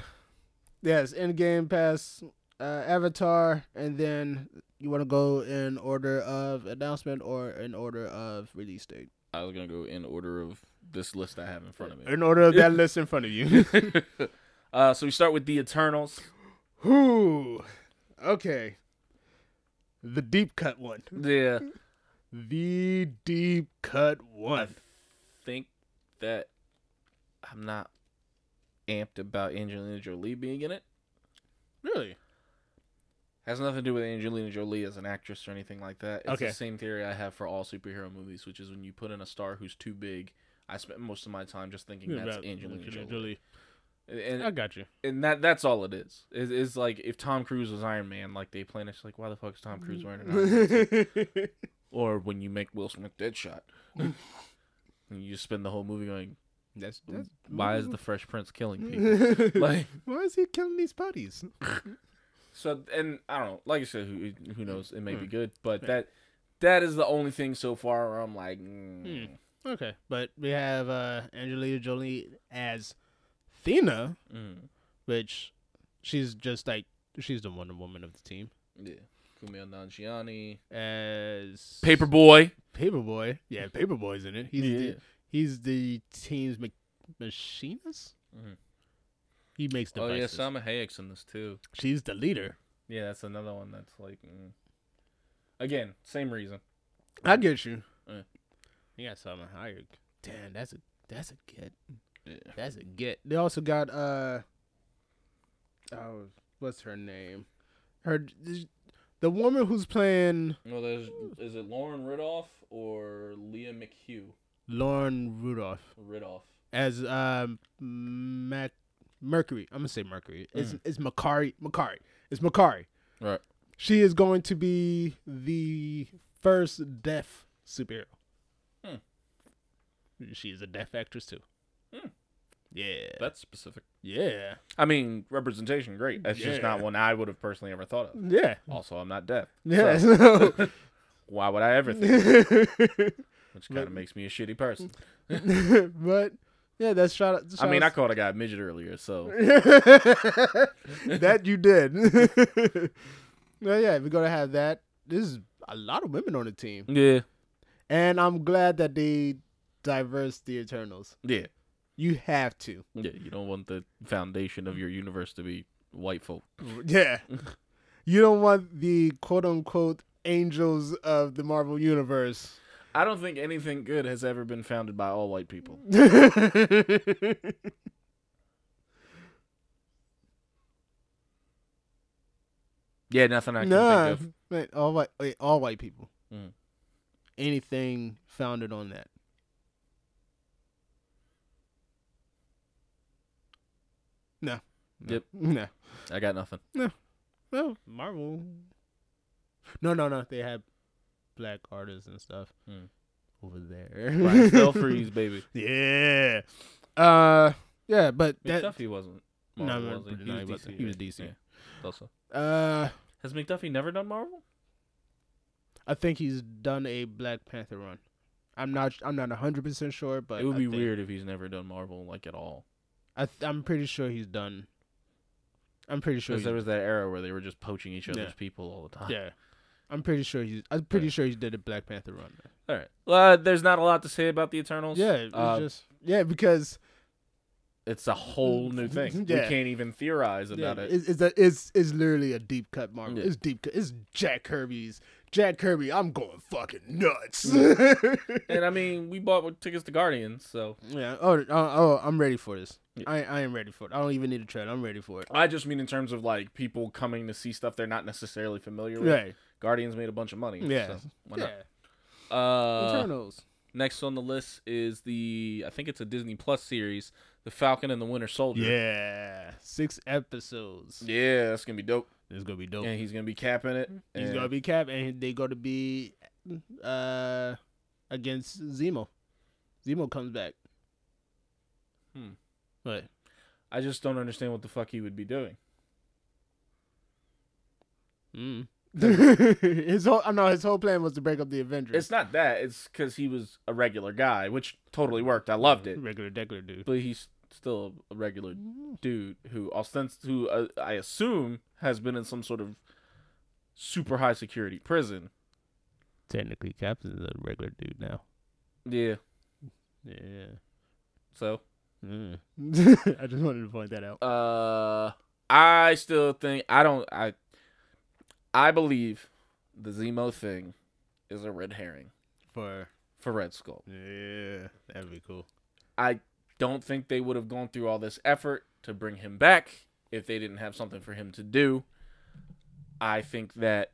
C: yes, Endgame Pass, uh, Avatar, and then you want to go in order of announcement or in order of release date?
B: I was gonna go in order of this list I have in front of me.
C: In order of that list in front of you.
B: uh, so we start with the Eternals.
C: Who? Okay. The deep cut one.
B: Yeah,
C: The deep cut
B: I
C: one.
B: think that I'm not amped about Angelina Jolie being in it.
C: Really?
B: Has nothing to do with Angelina Jolie as an actress or anything like that. It's
C: Okay.
B: the same theory I have for all superhero movies, which is when you put in a star who's too big. I spent most of my time just thinking that's Angelina Jolie, and
C: got you.
B: and that that's all it is. It- it's like if Tom Cruise was Iron Man, like they plan it's like why the fuck is Tom Cruise wearing an Iron Man? suit? or when you make Will Smith Deadshot, and you spend the whole movie going,
C: that's,
B: why is the Fresh Prince killing people?
C: the
B: like
C: why is he killing these putties?
B: so, and I don't know. Like I said, who who knows? It may be good, but that that is the only thing so far where I'm like, mm,
C: Okay, but we have uh, Angelina Jolie as Thena,
B: mm,
C: which she's just like she's the Wonder Woman of the team.
B: yeah. Kumail Nanjiani,
C: As
B: Paperboy.
C: Paperboy, yeah, Paperboy's in it. He's
B: Yeah.
C: the, he's the team's ma- machinist.
B: Mhm.
C: He makes
B: Oh yeah,
C: devices.
B: Salma Hayek's in this too.
C: she's the leader.
B: Yeah, that's another one that's like, mm. again, same reason.
C: I get you.
B: Yeah.
C: You got Salma Hayek. Damn, that's a that's a get.
B: Yeah.
C: That's a get. They also got uh, oh, what's her name? Her the woman who's playing
B: Well, there's is it Lauren Ridolph or Leah McHugh
C: Lauren Rudolph
B: Ridolph?
C: as um Mac Mercury. I'm gonna say Mercury. It's it's Macari Macari. It's Macari.
B: Mm. Right.
C: She is going to be the first deaf superhero.
B: Hmm.
C: She is a deaf actress too.
B: Hmm.
C: Yeah.
B: That's specific.
C: yeah.
B: I mean, representation, great. That's just not
C: Yeah.
B: one I would have personally ever thought of.
C: Yeah.
B: Also, I'm not deaf.
C: Yeah.
B: So,
C: so-
B: why would I ever think?
C: but
B: Which kind of makes me a shitty person.
C: yeah, that's shot. That's
B: I mean, I
C: shot
B: called a guy a midget earlier, so
C: that you did. well, yeah, we're gonna have that. There's a lot of women on the team,
B: yeah,
C: and I'm glad that they diverse the Eternals.
B: yeah,
C: You have to.
B: yeah. You don't want the foundation of your universe to be white folk.
C: Yeah. you don't want the quote unquote angels of the Marvel universe.
B: I don't think anything good has ever been founded by all white people.
C: That's
B: Yeah, nothing I can
C: no,
B: think of.
C: wait, all white, wait, all white people.
B: Mm.
C: Anything founded on that? No. No.
B: Yep.
C: No.
B: I got nothing.
C: Well, Marvel. No, no, no. They had black artists and stuff
B: Mm.
C: over there.
B: Ryan Still freeze, baby.
C: Yeah. Uh. Yeah, but that.
B: McDuffie wasn't.
C: No,
B: Marvel,
C: no,
B: was he?
C: no, he
B: He was
C: wasn't.
B: DC.
C: He was
B: right?
C: DC.
B: Yeah. Also,
C: Uh.
B: has McDuffie never done Marvel?
C: I think he's done a Black Panther run. I'm not. I'm not 100 percent sure, but
B: it would
C: I
B: be
C: think-
B: weird if he's never done Marvel like at all.
C: I th- I'm pretty sure he's done. I'm pretty sure.
B: Because
C: He's,
B: there was that era where they were just poaching each
C: Yeah.
B: other's people all the time.
C: yeah, I'm pretty sure he's. I'm pretty sure he did a Black Panther run.
B: All right. Well, uh, there's not a lot to say about the Eternals.
C: Yeah, it was
B: Uh,
C: just yeah because
B: it's a whole new thing.
C: Mm, Yeah.
B: We can't even theorize
C: yeah,
B: about it.
C: it's, it's a it's it's literally a deep cut Marvel.
B: Yeah.
C: It's deep cut. It's Jack Kirby's. Jack Kirby, I'm going fucking nuts.
B: And uh, I mean, we bought tickets to Guardians, so
C: yeah. Oh, oh, oh, I'm ready for this.
B: Yeah.
C: I I am ready for it. I don't even need a trailer. I'm ready for it.
B: I just mean in terms of like people coming to see stuff they're not necessarily familiar with.
C: Right.
B: Guardians made a bunch of money.
C: Yeah.
B: So why
C: Yeah.
B: not? Uh,
C: Eternals.
B: Next on the list is the I think it's a Disney Plus series, The Falcon and the Winter Soldier.
C: Yeah, six episodes.
B: Yeah, that's gonna be dope.
C: It's gonna be dope.
B: And he's gonna be capping it.
C: He's
B: and-
C: gonna be Cap, and they gonna be uh against Zemo. Zemo comes back.
B: Hmm.
D: But
B: I just don't understand what the fuck he would be doing.
D: mm,
C: his whole no, his whole plan was to break up the Avengers.
B: It's not that. It's because he was a regular guy, which totally worked. I loved it,
C: Mm-hmm.
D: regular degular dude.
B: but he's still a regular dude who ostents who uh, I assume has been in some sort of super high security prison.
D: Technically, Captain's a regular dude now.
B: Yeah.
D: Yeah.
B: So,
D: Mm.
C: I just wanted to point that out.
B: uh, I still think I don't I. I believe the Zemo thing is a red herring
D: For
B: for Red Skull.
D: yeah, that'd be cool.
B: I don't think they would have gone through all this effort to bring him back if they didn't have something for him to do. I think that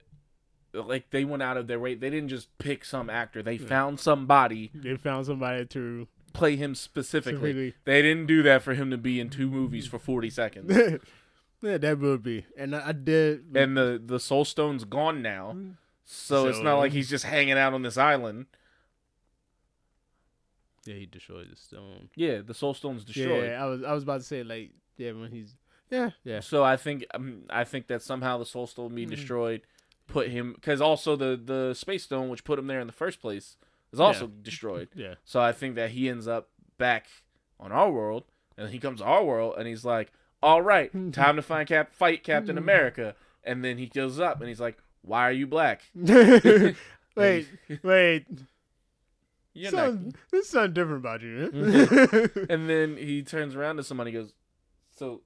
B: like they went out of their way. They didn't just pick some actor. They found somebody
C: They found somebody to
B: play him specifically. They didn't do that for him to be in two movies for 40 seconds.
C: yeah, that would be. And I, I did. Mm.
B: and the the soul stone's gone now. So, it's not
D: So-
B: like he's just hanging out on this island.
D: Yeah, he destroyed the stone.
B: Yeah, the soul stone's destroyed.
C: yeah, I was I was about to say like yeah when he's yeah yeah
B: So I think um, I think that somehow the Soul Stone being destroyed put him because also the the Space Stone, which put him there in the first place, is also destroyed.
D: Yeah.
B: So I think that he ends up back on our world, and he comes to our world, and he's like, "All right, time to find Cap, fight Captain America." And then he goes up, and he's like, "Why are you black?"
C: wait wait
B: You're not-
C: something, there's something different about you
B: And then he turns around to somebody, and goes, "So,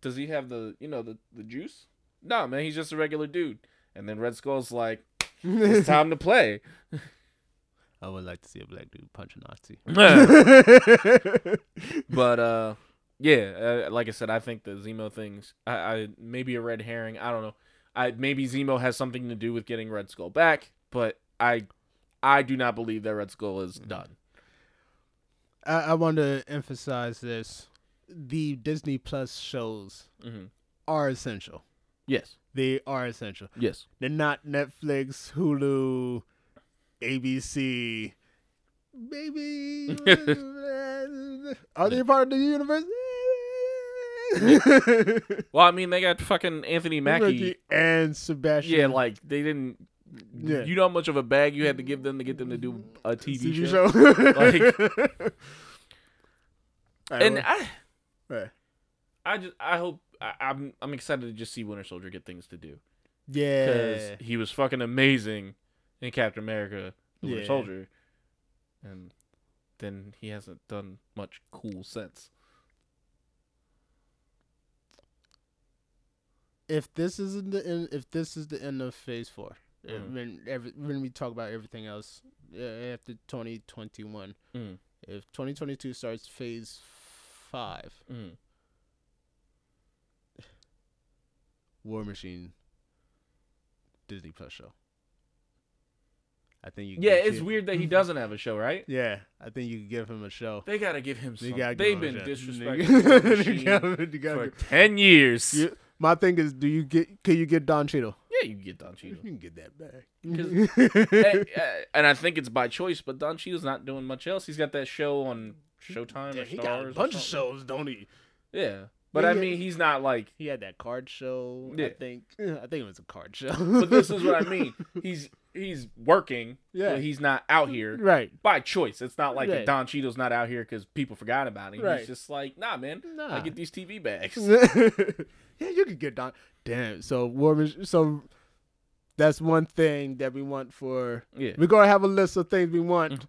B: does he have the you know the the juice?" No, man, he's just a regular dude. And then Red Skull's like, "It's time to play."
D: I would like to see a black dude punch a Nazi.
B: but uh yeah uh, like i said i think the zemo things I, I maybe a red herring i don't know i maybe zemo has something to do with getting red skull back but i i do not believe that red skull is done
C: I, I want to emphasize this the Disney Plus shows
B: Mhm.
C: are essential
B: yes
C: they are essential
B: yes
C: They're not Netflix, Hulu, ABC. Maybe are they part of the universe?
B: well i mean they got fucking anthony mackie
C: Ricky and Sebastian.
B: yeah like they didn't
C: Yeah.
B: you know how much of a bag you had to give them to get them to do a tv,
C: TV
B: show,
C: show.
B: Like-
C: All right,
B: and
C: well,
B: i
C: all right.
B: i just i hope I, i'm i'm excited to just see winter soldier get things to do because
C: yeah,
B: he was fucking amazing in Captain America: The Winter
C: Yeah.
B: Soldier, and then he hasn't done much cool since.
C: if this isn't the end, if this is the end of Phase 4 uh,
B: Mhm.
C: when every, when we talk about everything else uh, after twenty twenty one,
B: Mm,
C: if 2022 starts phase five,
B: mm.
C: War Machine, Disney Plus show. I think you.
B: Yeah,
C: could
B: it's
C: give-
B: weird that he doesn't have a show, right?
C: Yeah, I think you could give him a show.
B: They gotta give him
C: They
B: something.
C: gotta give
B: They've
C: him
B: been
C: a show.
B: disrespecting
C: They
B: the machine
C: gotta- they gotta
B: for
C: give-
B: ten years. Yeah,
C: You- my thing is, do you get? Can you get Don Cheadle?
B: you can get Don
C: You
B: Cheadle,
C: can get that back.
B: 'Cause- eh, eh, and I think it's by choice. But Don Cheadle's not doing much else. He's got that show on Showtime
C: Yeah,
B: or
C: he
B: Stars.
C: got
B: or
C: a bunch of
B: something.
C: shows, don't he?
B: Yeah, but
C: Yeah,
B: I
C: yeah.
B: mean, he's not like
C: He had that card show.
B: Yeah.
C: I think. I think it was a card show.
B: but this is what I mean. He's he's working.
C: Yeah.
B: but he's not out here
C: Right.
B: by choice. It's not like
C: Right.
B: Don Cheadle's not out here because people forgot about him.
C: Right.
B: He's just like, nah, man.
C: Nah.
B: I get these TV bags.
C: yeah, you could get Don. Damn. So War Mach- So that's one thing that we want for.
B: Yeah, Mm-hmm.
C: We're gonna have a list of things we want,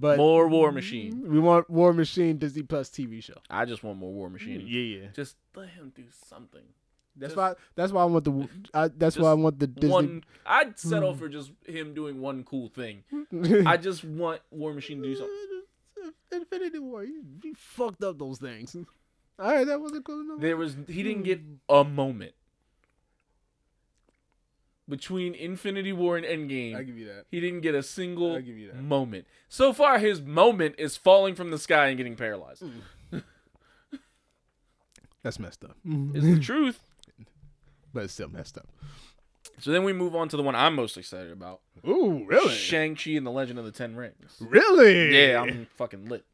C: but
B: more War Machine.
C: we want War Machine Disney Plus TV show.
B: I just want more War Machine.
D: yeah.
B: Just let him do something.
C: That's
B: Just-
C: why. That's why I want the. I, that's why I
B: Just
C: want the Disney. Mm.
B: One, I'd settle for just him doing one cool thing. I just want War Machine to do something.
C: Infinity War. You, you fucked up those things. All right, that wasn't cool enough.
B: There was he didn't get
C: Mm.
B: a moment between Infinity War and Endgame.
C: I give you that.
B: He didn't get a single
C: I'll give you that.
B: moment. So far, his moment is falling from the sky and getting paralyzed.
C: That's messed up,
B: It's the truth.
C: but it's still messed up.
B: So then we move on to the one I'm most excited about
C: Ooh, really?
B: Shang-Chi and the Legend of the Ten Rings.
C: really?
B: Yeah, I'm fucking lit.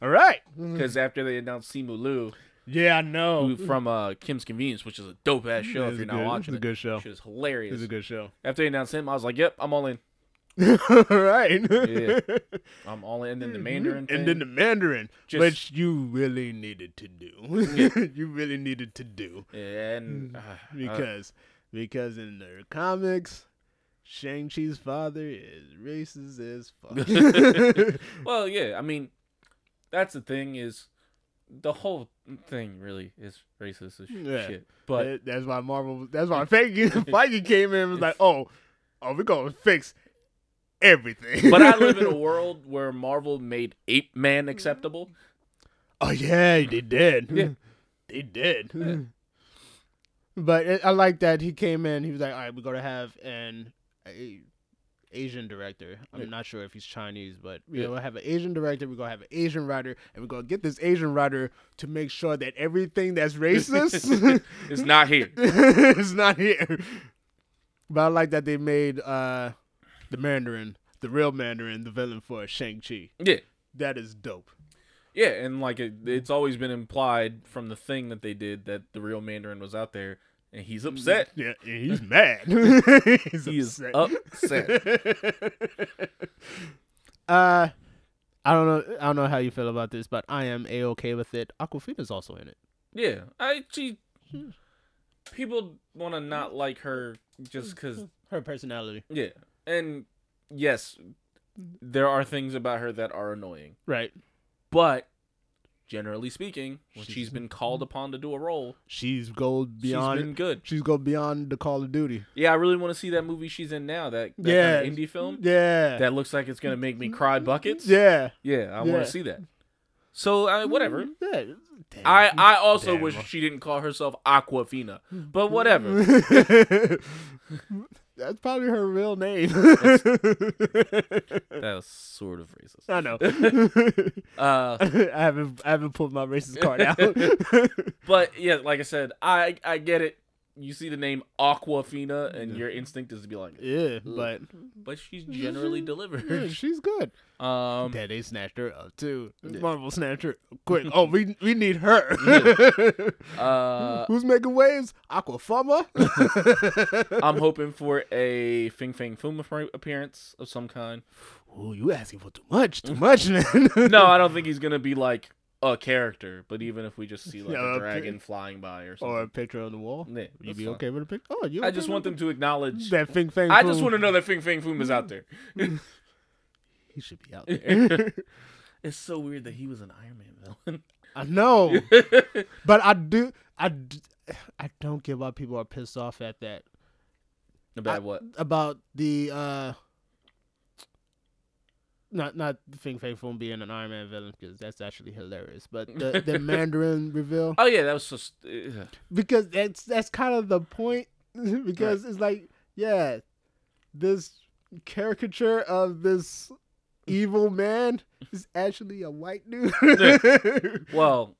C: All right.
B: Because after they announced Simu Liu,
C: Yeah, I
B: who
C: know.
B: from uh, Kim's Convenience, which is a dope ass show if
D: It's
B: you're
D: a
B: not
D: good-
B: watching
D: it's a
B: it.
D: good show.
B: Shit is hilarious.
D: It's a good show.
B: after they announced him, I was like, yep, I'm all in.
C: All right. Mhm.
B: Yeah. I'm all in. And
C: Mm-hmm.
B: then the Mandarin thing.
C: And then the Mandarin,
B: Just-
C: which you really needed to do. you really needed to do
B: Yeah, and uh, uh,
C: because because in their comics, Shang Chi's father is racist as fuck.
B: well, yeah, I mean, that's the thing is, the whole thing really is racist as
C: Yeah.
B: shit. But
C: That- that's why Marvel. was- That's why Feige, Feige came in and was like, "Oh, oh, we're gonna fix everything."
B: but I live in a world where Marvel made Ape Man acceptable.
C: oh yeah, they did.
B: Yeah.
C: They did. But it, I like that he came in. He was like, "All right, we're gonna have an a, Asian director. I'm
B: Yeah.
C: not sure if he's Chinese, but
B: Yeah.
C: we're gonna have an Asian director. We're gonna have an Asian writer, and we're gonna get this Asian writer to make sure that everything that's racist."
B: It's not here.
C: it's not here. But I like that they made uh the Mandarin, the real Mandarin, the villain for Shang Chi.
B: Yeah,
C: That is dope.
B: yeah, and like it, it's always been implied from the thing that they did that the real Mandarin was out there, and he's upset.
C: Yeah, and he's mad. Mm, he's
B: He is
C: upset.
B: upset.
C: uh, I don't know. I don't know how you feel about this, but I am a okay with it. Aquafina's also in it.
B: yeah, I she.
C: Hmm.
B: People want to not like her just because
C: Her personality,
B: Yeah. And yes,
C: Mm-hmm.
B: there are things about her that are annoying.
C: right?
B: But generally speaking, when she's been called upon to do a role,
C: She's go beyond.
B: she's been good.
C: she's go beyond the Call of Duty.
B: Yeah, I really want to see that movie she's in now, that, that
C: Yeah.
B: kind of indie film.
C: Yeah.
B: That looks like it's going to make me cry buckets.
C: Mm-hmm. yeah.
B: Yeah, I want
C: Yeah.
B: to see that. So, I, whatever.
C: Yeah. Damn.
B: I, I also
D: Damn.
B: wish she didn't call herself Aquafina, but
C: Mm-hmm.
B: whatever.
C: That's probably her real name.
B: That's sort of racist.
C: I know.
B: Uh,
C: I haven't I haven't pulled my racist card out.
B: But yeah, like I said, I I get it. You see the name Aquafina, and your instinct is to be like,
C: yeah, but
B: but she's generally
C: Mm-hmm. yeah,
B: delivered.
C: she's good.
B: Um,
C: Dad, they snatched her up too. Marvel snatched her up quick. Oh, we we need her.
B: uh,
C: Who's making waves? Aquafama.
B: I'm hoping for a Fing Fang Foom appar- appearance of some kind.
C: Ooh, you asking for too much, too much, man.
B: No, I don't think he's gonna be like a character, but even if we just see like
C: Yeah,
B: a
C: a
B: dragon flying by or
C: or a
B: something,
C: picture on the wall.
B: Yeah,
C: you
B: that's
C: be
B: fine.
C: okay with a picture? Oh, you.
B: I
C: okay
B: just
C: with
B: want
C: a
B: them to acknowledge.
C: That Fing Fang.
B: I just
C: Foom,
B: want to know that Fing Fang Foom is out there.
C: He should be out there.
B: It's so weird that he was an Iron Man
C: I know,
B: villain.
C: but I do. I, d- I don't get why people are pissed off at that
B: About
C: I-
B: what?
C: about the uh. Not not Fing Fang Foom being an Iron Man villain because that's actually hilarious, but the, the Mandarin reveal
B: Oh yeah, that was just. uh, ugh.
C: because that's that's kind of the point because it's like yeah, this caricature of this evil man is actually a white dude.
B: Well,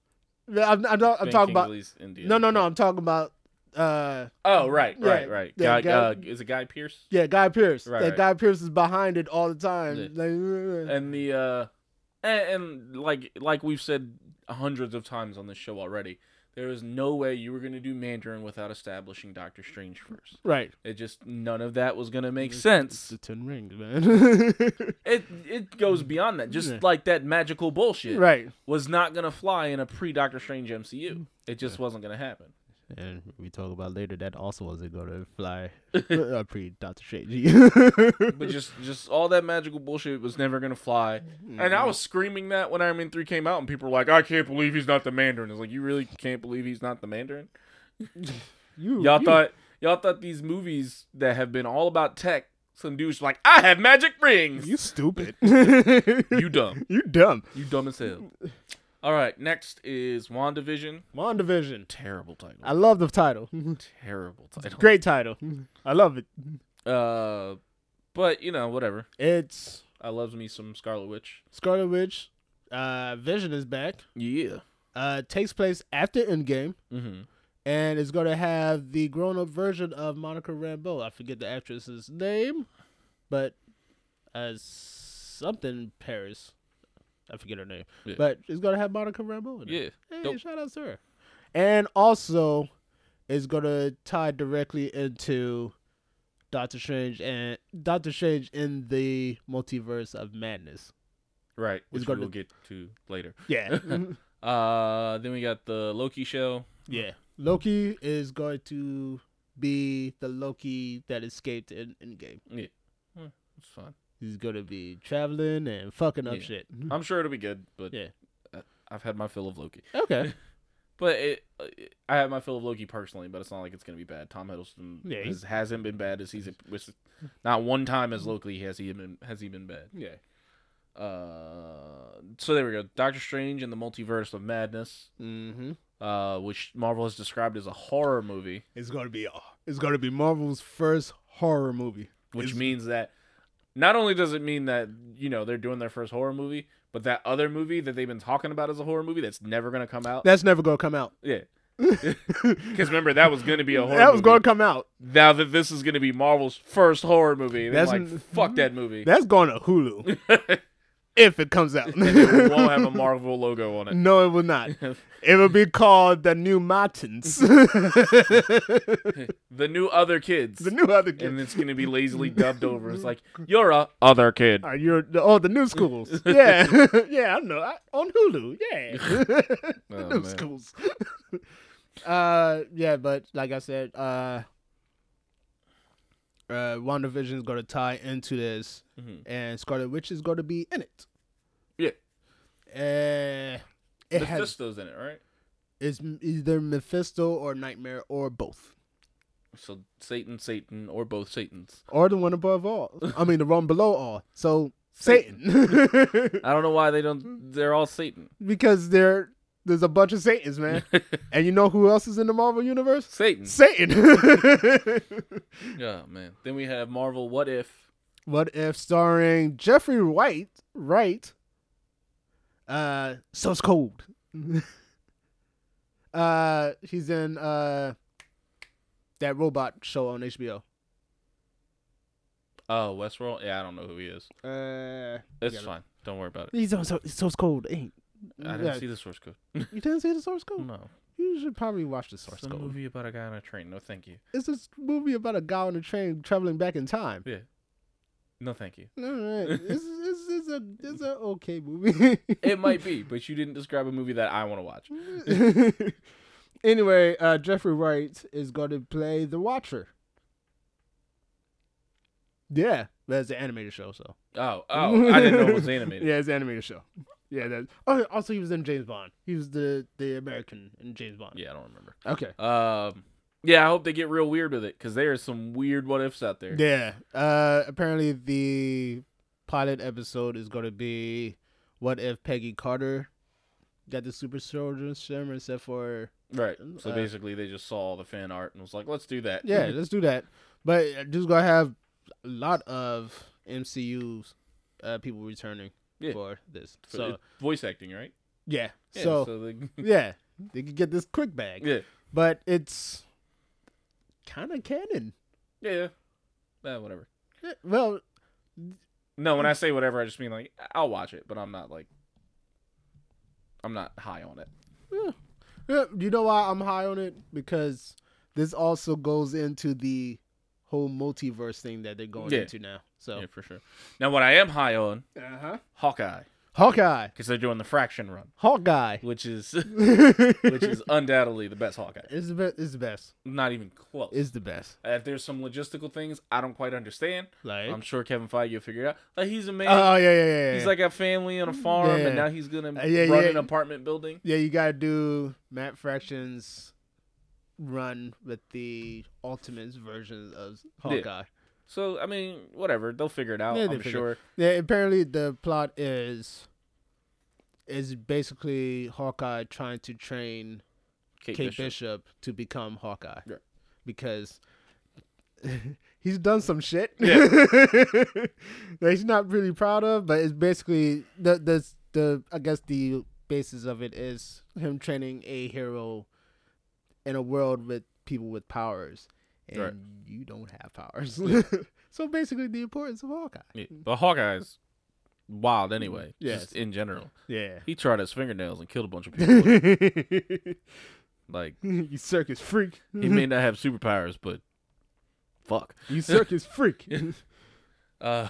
C: Yeah, I'm, I'm, not, I'm talking about
B: Kingsley's Indian.
C: no, no, no. I'm talking about uh,
B: Oh, right, right,
C: Yeah,
B: right.
C: yeah,
B: Guy,
C: Guy-
B: uh, is it Guy Pierce?
C: yeah, Guy Pierce.
B: Right,
C: that
B: right.
C: Guy Pierce is behind it all the time.
B: Yeah.
C: Like, uh,
B: And the uh, and, and like like we've said hundreds of times on this show already, there is no way you were gonna do Mandarin without establishing Doctor Strange first.
C: right,
B: It just none of that was gonna make
C: it's
B: sense.
C: the Ten Rings, man.
B: It it goes beyond that. Just
C: Yeah.
B: like that magical bullshit
C: right,
B: was not gonna fly in a pre Doctor Strange MCU. It just wasn't gonna happen.
D: And we talk about later that also wasn't gonna fly
C: uh, pre Doctor Strange.
B: But just just all that magical bullshit was never gonna fly. And I was screaming that when Iron Man three came out, and people were like, "I can't believe he's not the Mandarin." It's like you really can't believe he's not the Mandarin.
C: you,
B: Y'all
C: you-
B: thought y'all thought these movies that have been all about tech, some dudes like, "I have magic rings."
C: you stupid.
B: You
C: you
B: dumb.
C: you dumb.
B: You dumb as hell. All right, next is Wandavision.
C: Wandavision.
B: Terrible title.
C: I love the title.
B: Terrible title.
C: Great title. I love it.
B: Uh, but you know whatever.
C: It's
B: I loves me some Scarlet Witch.
C: Scarlet Witch. Uh, Vision is back.
B: Yeah.
C: Uh, takes place after Endgame.
B: Mm-hmm.
C: and it's going to have the grown up version of Monica Rambeau. I forget the actress's name, but as something Paris. I forget her name,
B: Yeah.
C: but it's gonna have Monica Rambeau in it.
B: Yeah.
C: Hey,
B: Dope.
C: shout out to her. And also, it's gonna tie directly into Doctor Strange and Doctor Strange in the Multiverse of Madness.
B: Right. Which
C: gonna-
B: we'll get to later.
C: Yeah,
B: Uh, then we got the Loki show.
C: yeah. Loki is going to be the Loki that escaped in Endgame.
B: It's fine.
C: He's gonna be traveling and fucking up
B: Yeah.
C: shit.
B: I'm sure it'll be good, but
C: Hmm. Yeah.
B: I- I've had my fill of Loki.
C: Okay.
B: But it, it- I had my fill of Loki personally, but it's not like it's gonna be bad. Tom Hiddleston
C: Yeah, he-
B: has, hasn't been bad as he's which, not one time as Loki has he been has he been bad.
C: yeah.
B: Uh, so there we go. Doctor Strange and the Multiverse of Madness,
C: Mm-hmm.
B: uh, which Marvel has described as a horror movie,
C: It's gonna be uh, it's gonna be Marvel's first horror movie.
B: which
C: It's-
B: means that not only does it mean that you know they're doing their first horror movie, but that other movie that they've been talking about as a horror movie that's never gonna come out.
C: That's never gonna come out.
B: yeah, because remember that was gonna be a horror.
C: that was
B: movie.
C: gonna come out.
B: now that this is going to be Marvel's first horror movie, they're
C: That's-
B: like, fuck that movie.
C: That's going to Hulu if it comes out.
B: it won't have a Marvel logo on it.
C: no, it will not. It will be called the New Martins. the
B: The new Other Kids.
C: new other kids.
B: and it's going to be lazily dubbed over. It's like, you're a other kid.
C: Are you the, oh the new schools? yeah, yeah, I know. I, on Hulu, yeah, the
B: Oh,
C: new
B: man.
C: schools. uh, yeah, but like I said, uh, uh, WandaVision is gonna tie into this,
B: Mhm.
C: and Scarlet Witch is gonna be in it.
B: Yeah.
C: Uh, it has
B: Mephisto's in it, right?
C: it's either Mephisto or Nightmare or both,
B: So Satan, Satan, or both Satans.
C: or the one above all. I mean, the one below all. So Satan.
B: I don't know why they don't. They're all Satan.
C: Because there there's a bunch of Satans, man. and you know who else is in the Marvel universe?
B: Satan.
C: Satan.
B: Yeah, man. Then we have Marvel What If.
C: what if starring Jeffrey White, right? Uh so it's cold. uh he's in uh that robot show on HBO.
B: Oh, Westworld? Yeah, I don't know who he is.
C: Uh
B: It's
C: Yeah, but-
B: fine. Don't worry about it.
C: he's on so, source code. Ain't
B: I didn't
C: yeah.
B: see the source code.
C: you didn't see the source code?
B: No.
C: You should probably watch the source
B: It's a
C: code.
B: Oh, movie about a guy on a train. No, thank you.
C: It's this movie about a guy on a train traveling back in time.
B: No, thank you.
C: All right, this is this is a this is a okay movie.
B: It might be, but you didn't describe a movie that I want to watch.
C: anyway, uh, Jeffrey Wright is going to play the Watcher. Yeah, that's an animated show. So
B: Oh, oh, I didn't know it was animated.
C: yeah, it's an animated show. Yeah, that. Oh, also he was in James Bond. He was the the American in James Bond.
B: Yeah, I don't remember.
C: Okay.
B: Um, yeah, I hope they get real weird with it because there are some weird what ifs out there.
C: Yeah. Uh, apparently the pilot episode is going to be what if Peggy Carter got the super soldier serum except for
B: Right. So
C: Uh,
B: basically, they just saw all the fan art and was like, "Let's do that."
C: Yeah, let's do that. But just gonna have a lot of MCU's uh, people returning
B: Yeah.
C: for this.
B: For-
C: so
B: it- voice acting, right?
C: yeah.
B: Yeah,
C: so,
B: they-
C: yeah, they could get this quick bag.
B: yeah,
C: But it's kind of canon.
B: yeah, yeah, Eh, whatever.
C: Yeah, Well,
B: No,
C: Mm.
B: when I say whatever, I just mean like I'll watch it, but I'm not like I'm not high on it.
C: yeah, you know why I'm high on it because this also goes into the whole multiverse thing that they're going
B: Yeah.
C: into now. So
B: Yeah, for sure. Now, what I am high on,
C: uh-huh.
B: Hawkeye,
C: Hawkeye,
B: because they're doing the Fraction run,
C: Hawkeye,
B: which is
C: which
B: which is undoubtedly the best Hawkeye.
C: it's the best. It's the best.
B: Not even close.
C: It's the best.
B: if there's some logistical things I don't quite understand,
C: Like
B: I'm sure Kevin Feige will figure it out. Like he's a man.
C: Oh yeah, yeah, yeah.
B: he's
C: yeah.
B: like got family on a farm,
C: Yeah.
B: and now he's gonna
C: Uh, yeah,
B: run
C: yeah.
B: an apartment building.
C: yeah, you gotta do Matt Fraction's run with the Ultimates version of Hawkeye.
B: So I mean, whatever, they'll figure it out.
C: Yeah, they
B: I'm
C: figure
B: sure.
C: Yeah. apparently the plot is is basically Hawkeye trying to train
B: Kate,
C: Kate
B: Bishop.
C: Bishop, to become Hawkeye.
B: Yeah.
C: Because he's done some shit
B: Yeah.
C: that he's not really proud of, but it's basically the the the I guess the basis of it is him training a hero in a world with people with powers. And
B: Right.
C: you don't have powers. so basically the importance of Hawkeye.
B: Yeah, But Hawkeye's wild anyway.
C: Yeah,
B: Just in general.
C: Yeah.
B: He tried his fingernails and killed a bunch of people. with it.
C: you
B: like
C: circus freak.
B: he may not have superpowers, but fuck.
C: You circus freak.
B: Uh,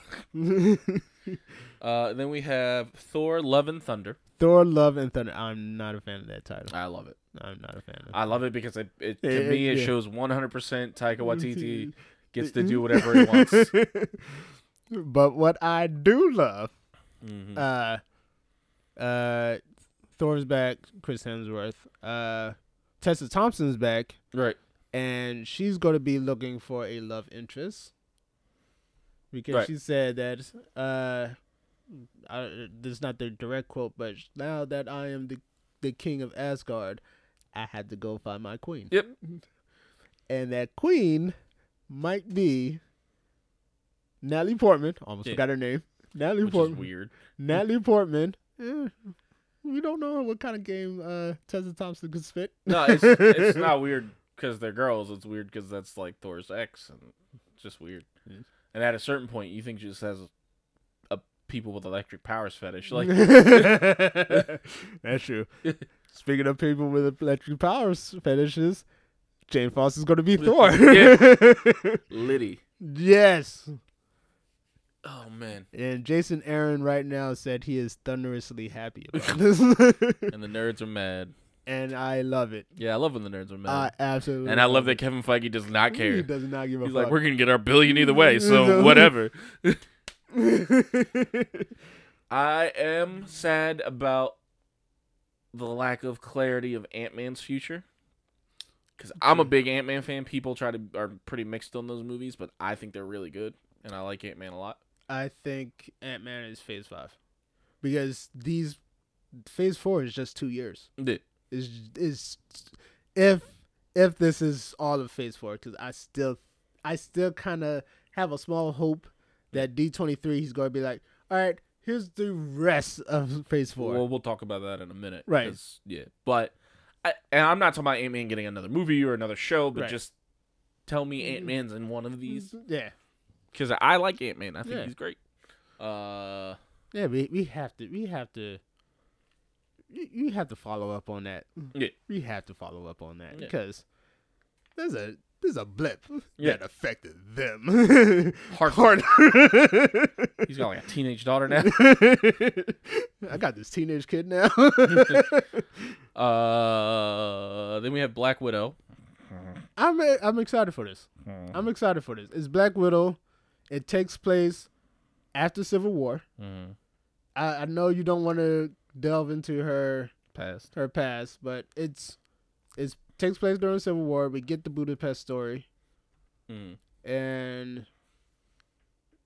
B: uh, then we have Thor: Love and Thunder.
C: Thor, Love, and Thunder. I'm not a fan of that title.
B: I love it.
C: I'm not a fan of
B: I love it because it, it to
C: Yeah,
B: me it
C: yeah.
B: shows 100% Taika Waititi gets to do whatever he wants.
C: but what I do love,
B: Mhm.
C: uh, uh, Thor's back, Chris Hemsworth, uh, Tessa Thompson's back,
B: Right.
C: and she's going to be looking for a love interest because
B: Right.
C: she said that uh, I, this is not the direct quote, but now that I am the the king of Asgard, I had to go find my queen.
B: Yep.
C: and that queen might be Natalie Portman. Almost
B: Yeah.
C: forgot her name. Natalie
B: Which is
C: Portman.
B: weird.
C: Natalie Portman. Eh, we don't know what kind of game uh, Tessa Thompson could spit.
B: No, it's, it's not weird because they're girls. It's weird because that's like Thor's ex, and it's just weird. And at a certain point, you think she just has a, people with electric powers fetish. Like,
C: That's true. Speaking of people with electric powers fetishes, Jane Foster's going to be Thor.
B: Liddy.
C: yes.
B: Oh man.
C: And Jason Aaron right now said he is thunderously happy about this.
B: And the nerds are mad.
C: and I love it.
B: Yeah, I love when the nerds are mad.
C: I absolutely
B: and I love that Kevin Feige does not care.
C: He
B: He's
C: does not give a
B: like,
C: fuck.
B: we're gonna get our billion either way, so whatever. I am sad about the lack of clarity of Ant Man's future. Because I'm a big Ant Man fan. People try to are pretty mixed on those movies, but I think they're really good, and I like Ant Man a lot.
C: I think Ant Man is Phase Five because these Phase Four is just two years.
B: Yeah.
C: Is is if if this is all of Phase Four because I still I still kind of have a small hope that D twenty three he's going to be like, all right, here's the rest of Phase Four. Mm-hmm.
B: Well, we'll talk about that in a minute.
C: Right.
B: 'cause- Yeah. But I, and I'm not talking about Ant Man getting another movie or another show, but
C: Right.
B: just tell me Ant Man's in one of these
C: yeah,
B: because I like Ant Man. I think
C: Yeah.
B: he's great. Uh,
C: yeah, we we have to we have to. You you have to follow up on that.
B: yeah.
C: we have to follow up on that
B: Yeah.
C: because there's a there's a blip
B: Yeah.
C: that affected them
B: Hard.
C: hard.
B: He's got like a teenage daughter now.
C: I got this teenage kid now.
B: Uh, then we have Black Widow.
C: I'm e, I'm excited for this. I'm excited for this. It's Black Widow. It takes place after Civil War.
B: Mm-hmm.
C: I, I know you don't want to delve into her
B: Past.
C: her past, but it's it takes place during Civil War. We get the Budapest story
B: Mm.
C: and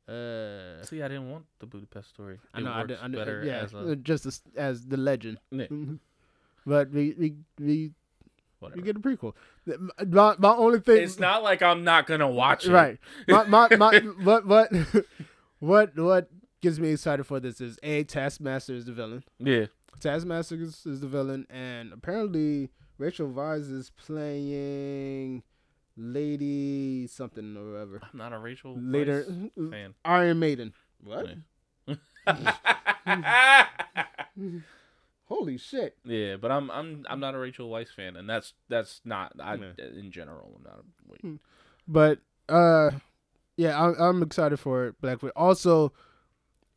C: uh
B: See, I didn't want the Budapest story.
C: I know, I
B: works
C: did- I did-
B: better
C: yeah,
B: as a
C: just as, as the legend.
B: Yeah.
C: But we we we,
B: whatever.
C: we get a prequel. Th- uh, My, my only thing,
B: It's not like I'm not gonna watch it.
C: right. My my my what what what what gets me excited for this is a Taskmaster is the villain.
B: Yeah.
C: Taskmaster is, is the villain, and apparently Rachel Vise is playing Lady something or whatever.
B: I'm not a Rachel. Weisz
C: Later,
B: fan.
C: Iron Maiden. What? Holy shit!
B: yeah, but I'm I'm I'm not a Rachel Weisz fan, and that's that's not I
C: Yeah.
B: in general. I'm not. A, wait.
C: But uh, yeah, I'm, I'm excited for it, Black Widow. Also,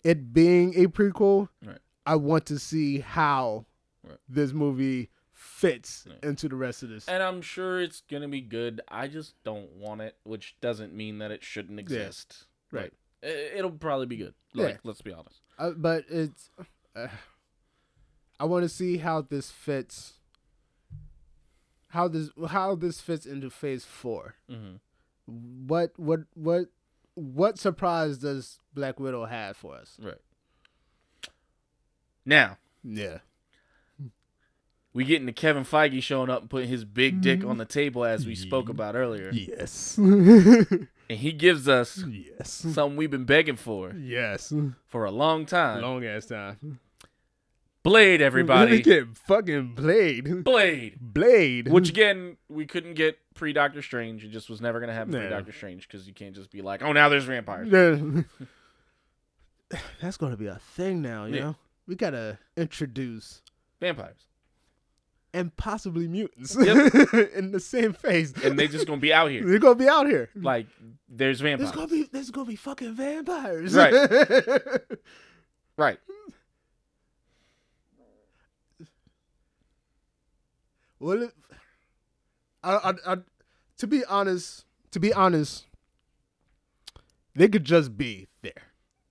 C: it being a prequel,
B: Right.
C: I want to see how
B: Right.
C: this movie fits
B: Yeah.
C: into the rest of this.
B: And I'm sure it's gonna be good. I just don't want it, which doesn't mean that it shouldn't exist.
C: right.
B: Like, i- it'll probably be good.
C: Yeah.
B: Like, let's be honest.
C: Uh, but it's, uh, I want to see how this fits. How this how this fits into Phase Four.
B: Mm-hmm.
C: What what what what surprise does Black Widow have for us?
B: Right. Now
C: Yeah.
B: we get into Kevin Feige showing up and putting his big dick on the table as we spoke about earlier,
C: Yes.
B: and he gives us
C: yes.
B: something we've been begging for
C: Yes.
B: for a long time.
C: Long ass time.
B: Blade, everybody.
C: Let me get Mm-hmm. fucking Blade.
B: Blade.
C: Blade.
B: Which again, we couldn't get pre Doctor Strange. It just was never gonna happen pre
C: No.
B: Doctor Strange because you can't just be like, oh, now there's vampires.
C: Yeah. That's gonna be a thing now, you
B: Yeah.
C: know. We gotta introduce
B: Vampires.
C: and possibly mutants
B: Yep.
C: in the same phase,
B: And they just gonna be out here.
C: they're gonna be out here.
B: Like there's
C: There's
B: vampires.
C: gonna be there's gonna be fucking vampires,
B: Right. Right.
C: Well, it, I, I, I, to be honest, to be honest, they could just be there.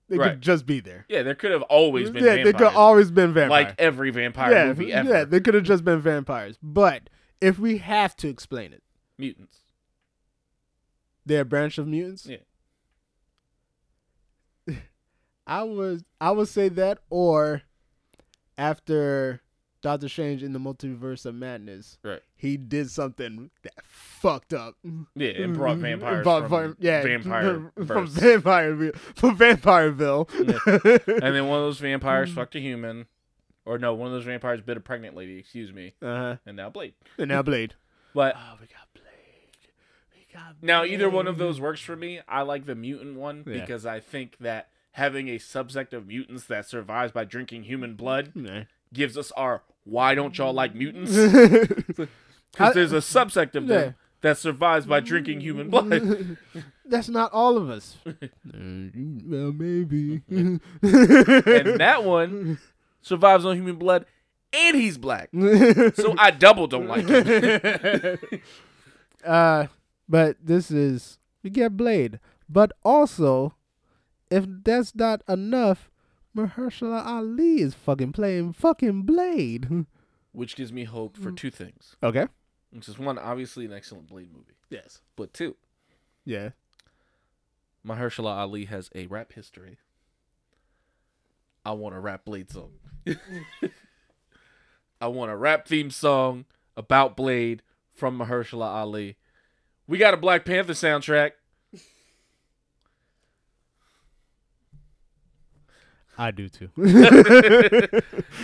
C: They
B: Right.
C: could just be there.
B: Yeah, there could have always been
C: Mm-hmm. yeah,
B: vampires.
C: they could always been vampires.
B: like every vampire
C: yeah,
B: movie
C: yeah,
B: ever.
C: they could have just been vampires. But if we have to explain it,
B: Mutants.
C: they're a branch of mutants.
B: Yeah.
C: I would I would say that or after Doctor Strange in the Multiverse of Madness,
B: Right.
C: he did something that fucked up.
B: Yeah, and brought vampires
C: Mm-hmm. Brought
B: from
C: vam- yeah,
B: vampire
C: from
B: verse.
C: vampire from Vampireville.
B: And then one of those
C: Mm.
B: vampires fucked a human. Or no, one of those vampires bit a pregnant lady, excuse me.
C: uh-huh.
B: And now Blade.
C: And now Blade.
B: But
C: Oh, we got Blade. We got
B: now either one of
C: Mm.
B: those works for me. I like the mutant one
D: Yeah.
B: because I think that having a subsect of mutants that survives by drinking human blood
C: Blade.
B: gives us our why don't y'all like mutants?
C: I-
B: Because there's a subsect of them
C: Yeah.
B: that survives by drinking human blood.
C: That's not all of us. well, maybe.
B: and that one survives on human blood and he's black. So I double don't like it.
C: uh, but this is we get Blade, but also, if that's not enough, Mahershala Ali is fucking playing fucking Blade.
B: Which gives me hope for two things.
C: Okay.
B: Which is one, obviously an excellent Blade movie.
C: Yes.
B: But two,
C: Yeah.
B: Mahershala Ali has a rap history. I want a rap Blade song. I want a rap theme song about Blade from Mahershala Ali. We got a Black Panther soundtrack.
D: I do too.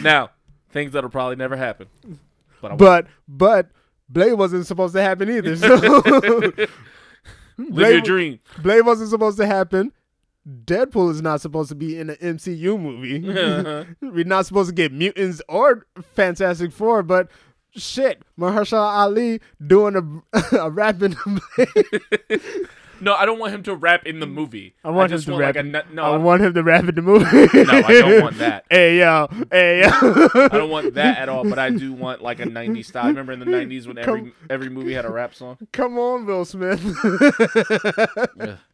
B: Now, things that'll probably never happen. But I
C: But but Blade wasn't supposed to happen either. So
B: live your
C: Blade-
B: dream.
C: Blade wasn't supposed to happen. Deadpool is not supposed to be in an MCU movie. We're not supposed to get mutants or Fantastic Four, but shit, Mahershala Ali doing a, a rap in the Blade.
B: No, I don't want him to rap in the movie.
C: I want him
B: just
C: to
B: want
C: rap.
B: like a
C: in-
B: nu- no.
C: I
B: I-
C: want him to rap in the movie.
B: No, I don't want that.
C: Hey yo, hey yo.
B: I don't want that at all, but I do want like a '90s style. I remember in the '90s when every every movie had a rap song.
C: Come on, Will Smith.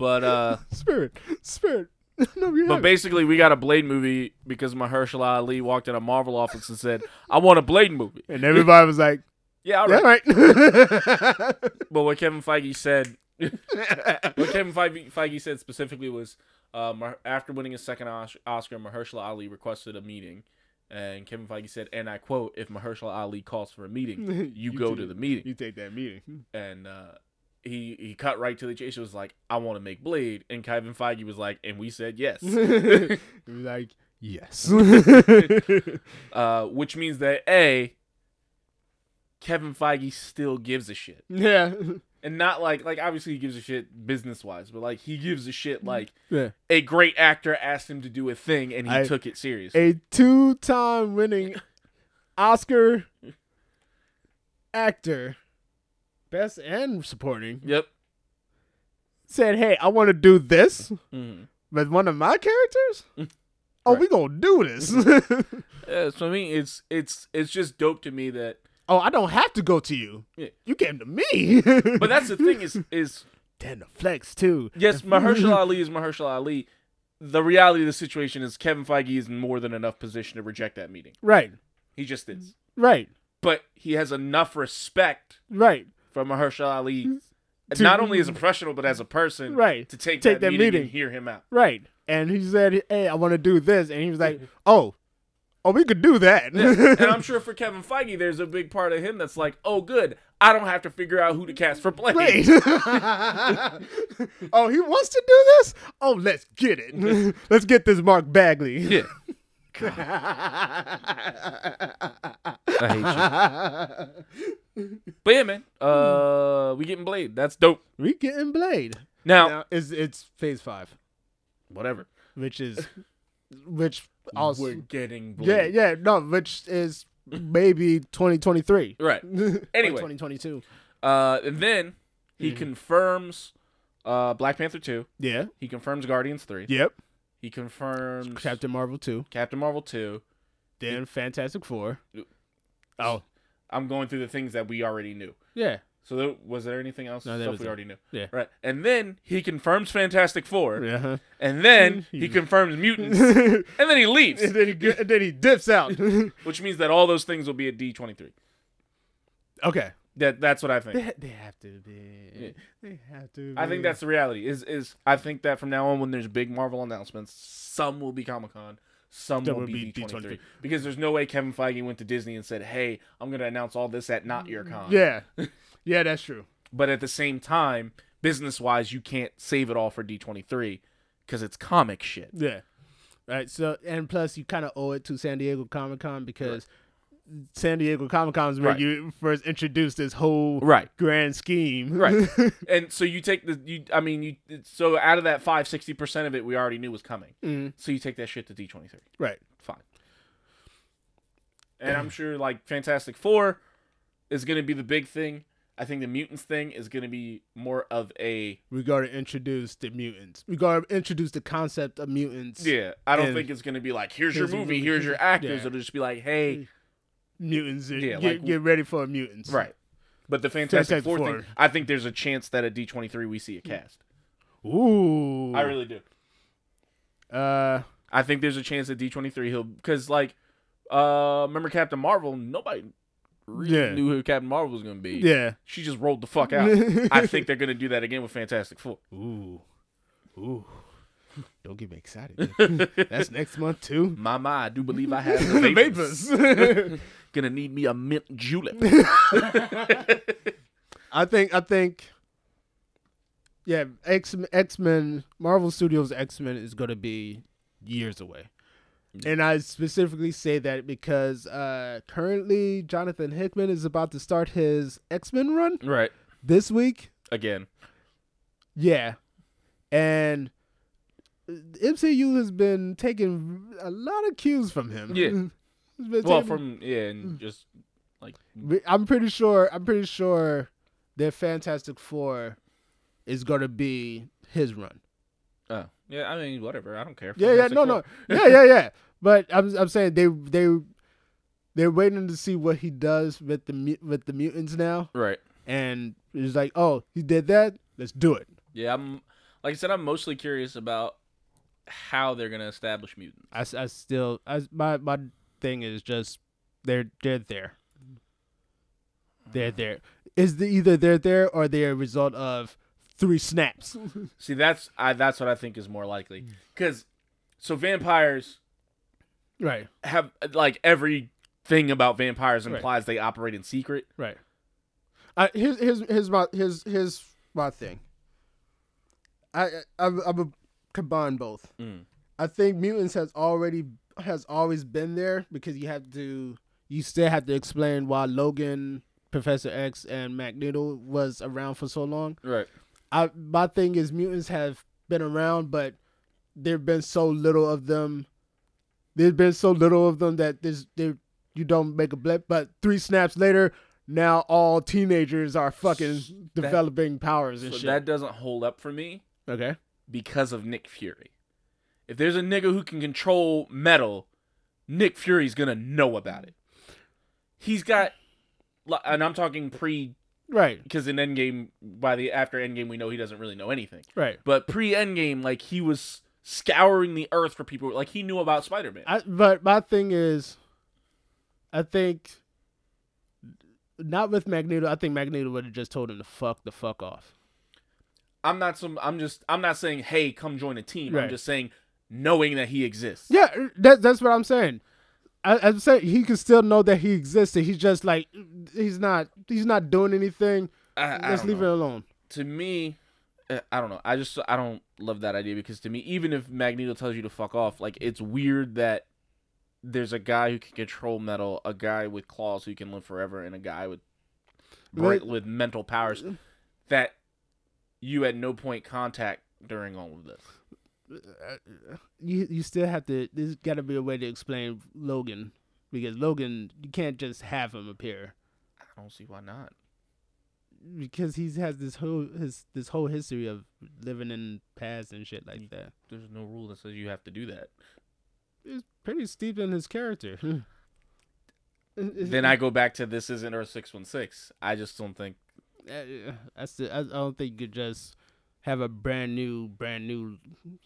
B: But uh,
C: spirit, spirit. No, we
B: but
C: have.
B: basically, we got a Blade movie because Mahershala Ali walked in a Marvel office and said, "I want a Blade movie."
C: and everybody was like,
B: Yeah, all
C: "Yeah,
B: right.
C: all right."
B: But what Kevin Feige said, what Kevin Feige, Feige said specifically was, uh, Mar- after winning his second Os- Oscar, Mahershala Ali requested a meeting, and Kevin Feige said, and I quote, "If Mahershala Ali calls for a meeting, you,
C: You
B: go
C: do
B: to
C: it.
B: the meeting."
C: you take that meeting.
B: and uh, he he cut right to the chase. He was like, "I want to make Blade," and Kevin Feige was like, "And we said yes,"
C: He was like, yes.
B: uh, which means that a Kevin Feige still gives a shit,
C: yeah.
B: and not like like obviously he gives a shit business wise, but like he gives a shit like
C: Mm-hmm. Yeah.
B: a great actor asked him to do a thing and he
C: I-
B: took it serious.
C: A two time winning Oscar actor, best and supporting,
B: yep.
C: said, hey, I want to do this
B: Mhm.
C: with one of my characters. Oh, we gonna do this.
B: Yeah, so I mean, it's it's it's just dope to me that.
C: oh, I don't have to go to you.
B: Yeah.
C: You came to me.
B: But that's the thing is is
C: Damn the flex too.
B: Yes, Mahershala Ali is Mahershala Ali. The reality of the situation is Kevin Feige is in more than enough position to reject that meeting.
C: Right.
B: He just
C: Mm-hmm.
B: is.
C: Right.
B: But he has enough respect
C: Right.
B: for Mahershala Ali,
C: Mm-hmm. To-
B: not only as a professional but as a person,
C: Right.
B: To take, that,
C: Take that
B: meeting,
C: meeting.
B: and hear him out.
C: Right. And he said, "Hey, I want to do this," and he was like, "Oh, oh, we could do that."
B: and I'm sure for Kevin Feige, there's a big part of him that's like, "Oh, good, I don't have to figure out who to cast for Blade."
C: Wait. oh, he wants to do this? Oh, let's get it. let's get this Mark Bagley.
B: Yeah. I hate you. But yeah, man, uh, we getting Blade. That's dope.
C: we getting Blade.
B: Now,
C: Now, it's, it's phase five.
B: whatever.
C: which is, which also,
B: We're getting bleeped.
C: yeah, yeah, no, which is maybe 2023.
B: Right. Anyway.
C: 2022.
B: Uh, and then
C: Hmm.
B: he confirms uh, Black Panther 2.
C: Yeah.
B: He confirms Guardians 3.
C: Yep.
B: He confirms Captain,
C: Captain Marvel 2.
B: Marvel 2.
C: Then Fantastic Four. Oh.
B: I'm going through the things that we already knew.
C: Yeah.
B: So there, was there anything else
D: No, that
B: stuff
D: was
B: we
D: it.
B: already knew?
D: Yeah.
B: Right. And then he confirms Fantastic Four.
C: Yeah. huh?
B: And then he confirms mutants. and then he leaves,
C: Uh-huh. and then he go- and then he dips out.
B: which means that all those things will be at D23.
C: okay.
B: That that's what I think.
C: They, they have to be. They have to.
B: I think
C: be.
B: that's the reality. Is is I think that from now on, when there's big Marvel announcements, some will be Comic Con, some
C: That
B: will
C: would
B: be
C: be
B: D twenty
C: D23.
B: three. Because there's no way Kevin Feige went to Disney and said, "Hey, I'm going to announce all this at not your con."
C: Yeah. Yeah, that's true.
B: But at the same time, business wise, you can't save it all for D twenty three because it's comic shit.
C: Yeah. Right. So and plus you kind of owe it to San Diego Comic Con because San Diego Comic Con is where
B: Right.
C: you first introduced this whole
B: Right.
C: grand scheme.
B: Right. and so you take the you. I mean, you. So out of that five, 60 percent of it we already knew was coming.
C: Mm.
B: So you take that shit to D twenty three.
C: right.
B: fine. And I'm sure like Fantastic Four is going to be the big thing. I think the mutants thing is going to be more of a
C: We got to introduce the mutants. We got to introduce the concept of mutants.
B: yeah. I don't
C: And-
B: think it's going to be like here's,
C: Here's
B: your
C: your
B: movie,
C: movie,
B: here's your actors.
C: yeah.
B: It'll just be like hey,
C: Mutants.
B: Yeah,
C: get,
B: like-
C: get ready for mutants.
B: right. But the Fantastic
C: Fantastic
B: Four thing,
C: Four.
B: I think there's a chance that at D23 we see a cast.
C: Ooh.
B: I really do.
C: Uh.
B: I think there's a chance at D23 he'll because like uh remember Captain Marvel? Nobody really
C: Yeah.
B: knew who Captain Marvel was going to be.
C: Yeah.
B: She just rolled the fuck out. I think they're going to do that again with Fantastic Four.
D: Ooh.
C: Ooh. Don't get me excited. man. That's next month too.
B: Mama, I do believe I have
C: The
B: the vapors.
C: vapors.
B: Gonna need me a mint julep.
C: I think I think yeah, X X Men Marvel Studios X Men is gonna be years away.
B: Mm.
C: And I specifically say that because uh, currently Jonathan Hickman is about to start his X Men run
B: right.
C: this week.
B: Again.
C: Yeah, and MCU has been taking a lot of cues from him.
B: Yeah.
C: It's been
B: Well,
C: taking-
B: from yeah, and just like
C: We- I'm pretty sure. I'm pretty sure their Fantastic Four is gonna be his run.
B: oh yeah. I mean, whatever. I don't care.
C: Yeah, yeah,
B: Fantastic
C: no, no,
B: Four.
C: yeah, yeah, yeah. But I'm, I'm saying they, they, they're waiting to see what he does with the mu- with the mutants now,
B: Right.
C: and it's like, oh, he did that. Let's do it.
B: Yeah. I'm like I said. I'm mostly curious about how they're gonna establish mutants.
C: I, s- I still, I, s- my, my thing is just they're, they're there. They're there. Is the either they're there or they're a result of three snaps.
B: See, that's I. That's what I think is more likely.
C: Mm.
B: Because so vampires
C: right.
B: have like every thing about vampires
C: Right.
B: implies they operate in secret.
C: Right. I here's here's here's my here's here's my thing. I I I'm, I'm a combine both.
B: Mm.
C: I think mutants has already has always been there because you have to you still have to explain why Logan, Professor X, and Magneto was around for so long.
B: Right.
C: I my thing is mutants have been around, but there've been so little of them. There's been so little of them that there's there you don't make a blip. But three snaps later, now all teenagers are fucking developing powers and
B: So
C: shit.
B: that doesn't hold up for me.
C: okay.
B: because of Nick Fury. If there's a nigga who can control metal, Nick Fury's gonna know about it. He's got, li- and I'm talking pre,
C: Right.
B: because in Endgame, by the after Endgame, we know he doesn't really know anything.
C: Right.
B: But pre Endgame, like he was scouring the earth for people. Like he knew about Spider Man.
C: I, but my thing is, I think not with Magneto. I think Magneto would have just told him to fuck the fuck off.
B: I'm not some. I'm just. I'm not saying, hey, come join a team. I'm
C: Right.
B: just saying, knowing that he exists.
C: Yeah, that, that's what I'm saying. I, I'm saying he can still know that he existed. He's just like he's not he's not doing anything.
B: I, I
C: Let's
B: don't
C: leave
B: know.
C: it alone.
B: to me, uh, I don't know. I just I don't love that idea because to me, even if Magneto tells you to fuck off, like it's weird that there's a guy who can control metal, a guy with claws who can live forever, and a guy with
C: Right.
B: bra- with mental powers that you at no point contact during all of this.
C: Uh, you you still have to. There's got to be a way to explain Logan because Logan, you can't just have him appear
B: I don't see why not.
C: because he has this whole his this whole history of living in past and shit
B: Mm.
C: like that.
B: There's no rule that says you have to do that.
C: It's pretty steeped in his character.
B: then I go back to this isn't Earth 616. I just don't think
C: I, uh, I, still, I I don't think you could just have a brand new, brand new,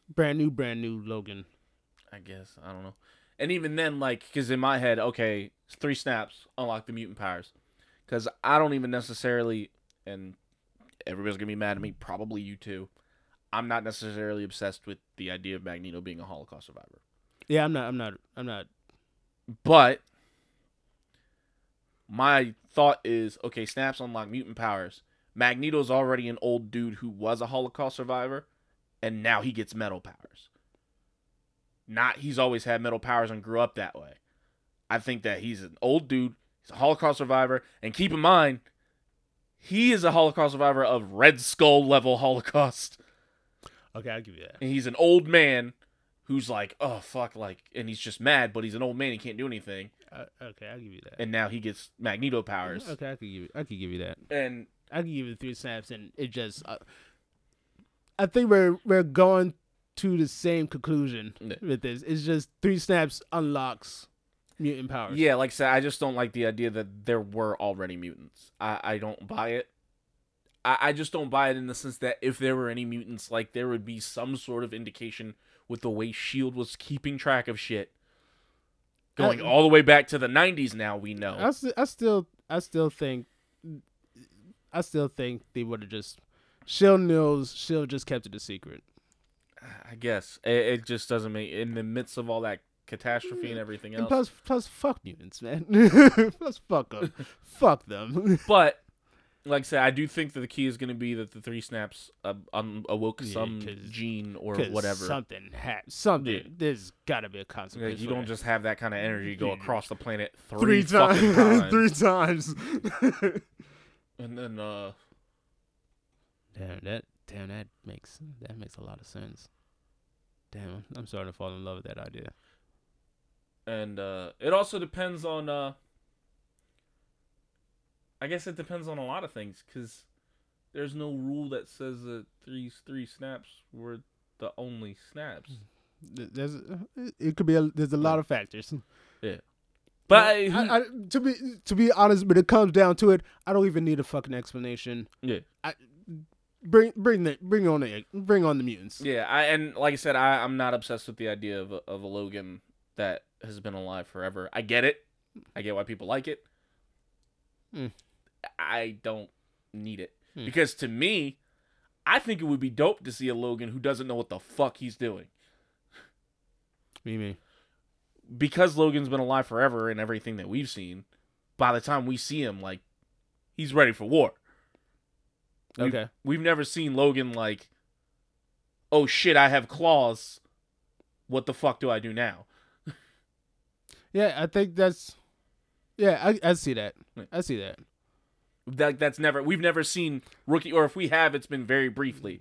C: brand new, brand new Logan.
B: I guess I don't know. And even then, like, because in my head, okay, it's three snaps unlock the mutant powers. Because I don't even necessarily, and everybody's gonna be mad at me. Probably you too. I'm not necessarily obsessed with the idea of Magneto being a Holocaust survivor,
C: Yeah, I'm not. I'm not. I'm not.
B: but my thought is, okay, snaps unlock mutant powers. Magneto's already an old dude who was a Holocaust survivor, and now he gets metal powers. Not he's always had metal powers and grew up that way. I think that he's an old dude, he's a Holocaust survivor, and keep in mind, he is a Holocaust survivor of Red Skull level Holocaust
C: Okay, I'll give you that.
B: and he's an old man who's like, oh fuck, like, and he's just mad, but he's an old man, he can't do anything,
C: I, okay, I'll give you that.
B: and now he gets Magneto powers,
C: Okay, I could give. You, I could give you that.
B: and
C: I could give you three snaps, and it just. Uh, I think we're we're going to the same conclusion
B: Yeah.
C: with this. It's just three snaps unlocks mutant powers.
B: yeah, like I said, I just don't like the idea that there were already mutants. I I don't buy it. I I just don't buy it in the sense that if there were any mutants, like there would be some sort of indication with the way Shield E was keeping track of shit. Going
C: I-
B: all the way back to the '90s, now we know.
C: I, st- I still I still think I still think they would have just Shield knows Shield just kept it a secret.
B: I guess it, it just doesn't make in the midst of all that catastrophe and everything
C: Mm. And
B: else.
C: plus plus fuck mutants, man. plus fuck them. fuck them.
B: But like I said, I do think that the key is going to be that the three snaps uh, um, awoke
C: Yeah,
B: some
C: 'cause-
B: gene or
C: 'Cause
B: whatever.
C: Something ha- something.
B: Yeah.
C: There's gotta be a
B: Yeah,
C: consequence.
B: you
C: for
B: don't
C: that.
B: just have that kind of energy go
C: Yeah.
B: across the planet three,
C: three,
B: fucking
C: times.
B: times.
C: three times.
B: And then uh,
D: Damn that. Damn that makes that makes a lot of sense.
C: Damn,
D: I'm starting to fall in love with that idea.
B: and uh, it also depends on. Uh, I guess it depends on a lot of things because there's no rule that says that three three snaps were the only snaps.
C: Hmm. Th- There's uh, it could be a, there's a lot of factors.
B: But
C: I, I, to be to be honest, when it comes down to it, I don't even need a fucking explanation.
B: Yeah.
C: I, bring bring the bring on the bring on the mutants.
B: Yeah, I and like I said, I, I'm not obsessed with the idea of a- of a Logan that has been alive forever. I get it. I get why people like it.
C: Hmm.
B: I don't need it
C: Hmm.
B: because to me, I think it would be dope to see a Logan who doesn't know what the fuck he's doing
C: Me me.
B: because Logan's been alive forever and everything that we've seen. By the time we see him, like he's ready for war. We've-
C: Okay.
B: we've never seen Logan like, oh shit, I have claws. What the fuck do I do now?
C: Yeah, I think that's. Yeah, I, I see that.
B: Yeah.
C: I see that.
B: That that's never we've never seen rookie, or if we have, it's been very briefly.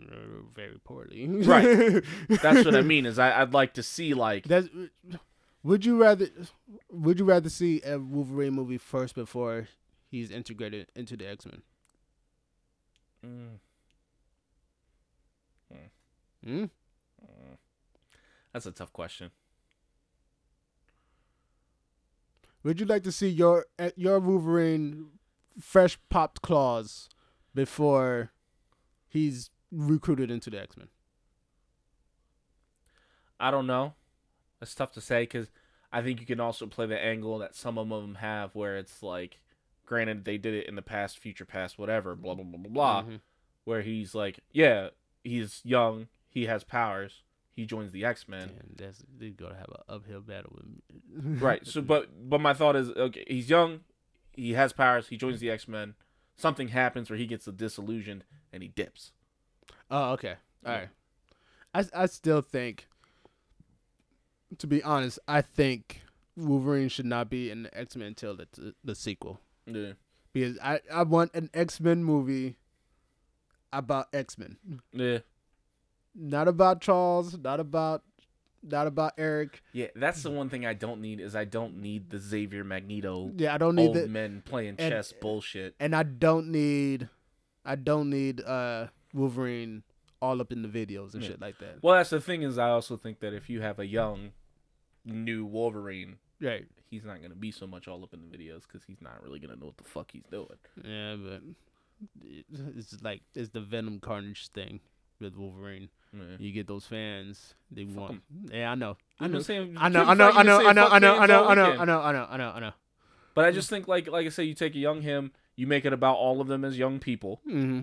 C: Very poorly.
B: Right. That's what I mean. Is I, I'd like to see like
C: That's. Would you rather? Would you rather see a Wolverine movie first before he's integrated into the X Men?
B: Mm,
C: Hmm?
B: that's a tough question.
C: Would you like to see your eh, your Wolverine fresh popped claws before he's recruited into the X Men?
B: I don't know. It's tough to say because I think you can also play the angle that some of them have, where it's like, granted they did it in the past, future past, whatever, blah blah blah blah blah,
D: Mm-hmm.
B: where he's like, yeah, he's young, he has powers, he joins the X Men.
D: Damn, that's they're gonna have an uphill battle with me.
B: right so but but my thought is okay he's young he has powers he joins the x-men something happens where he gets disillusioned and he dips
C: Oh, okay. All right. I I still think, to be honest, I think Wolverine should not be in the X Men until the the sequel
B: yeah
C: because I I want an X Men movie about X Men.
B: yeah
C: Not about Charles. Not about. Not about Eric.
B: Yeah, that's the one thing I don't need is I don't need the Xavier Magneto
C: Yeah, I don't need
D: Oh,
B: old
C: that.
B: men playing
C: and-
B: chess bullshit.
C: and I don't need. I don't need uh Wolverine all up in the videos and
B: Yeah.
C: shit like that.
B: Well, that's the thing is I also think that if you have a young, new Wolverine,
C: Right.
B: he's not gonna be so much all up in the videos because he's not really gonna know what the fuck he's doing.
D: Yeah, but it's like it's the Venom Carnage thing with Wolverine.
B: Yeah.
D: You get those fans. They want. Yeah, I know. I
B: You've
D: know.
B: been saying-
C: I know,
B: you've
C: I
B: been
C: know, I
B: fucking
C: know,
B: saying
C: I know,
B: fuck
C: I know, I
B: fans
C: know,
B: all
C: I know,
B: weekend.
C: I know, I know, I know, I know.
B: But I just think like like I say, you take a young him, you make it about all of them as young people.
C: Mm-hmm.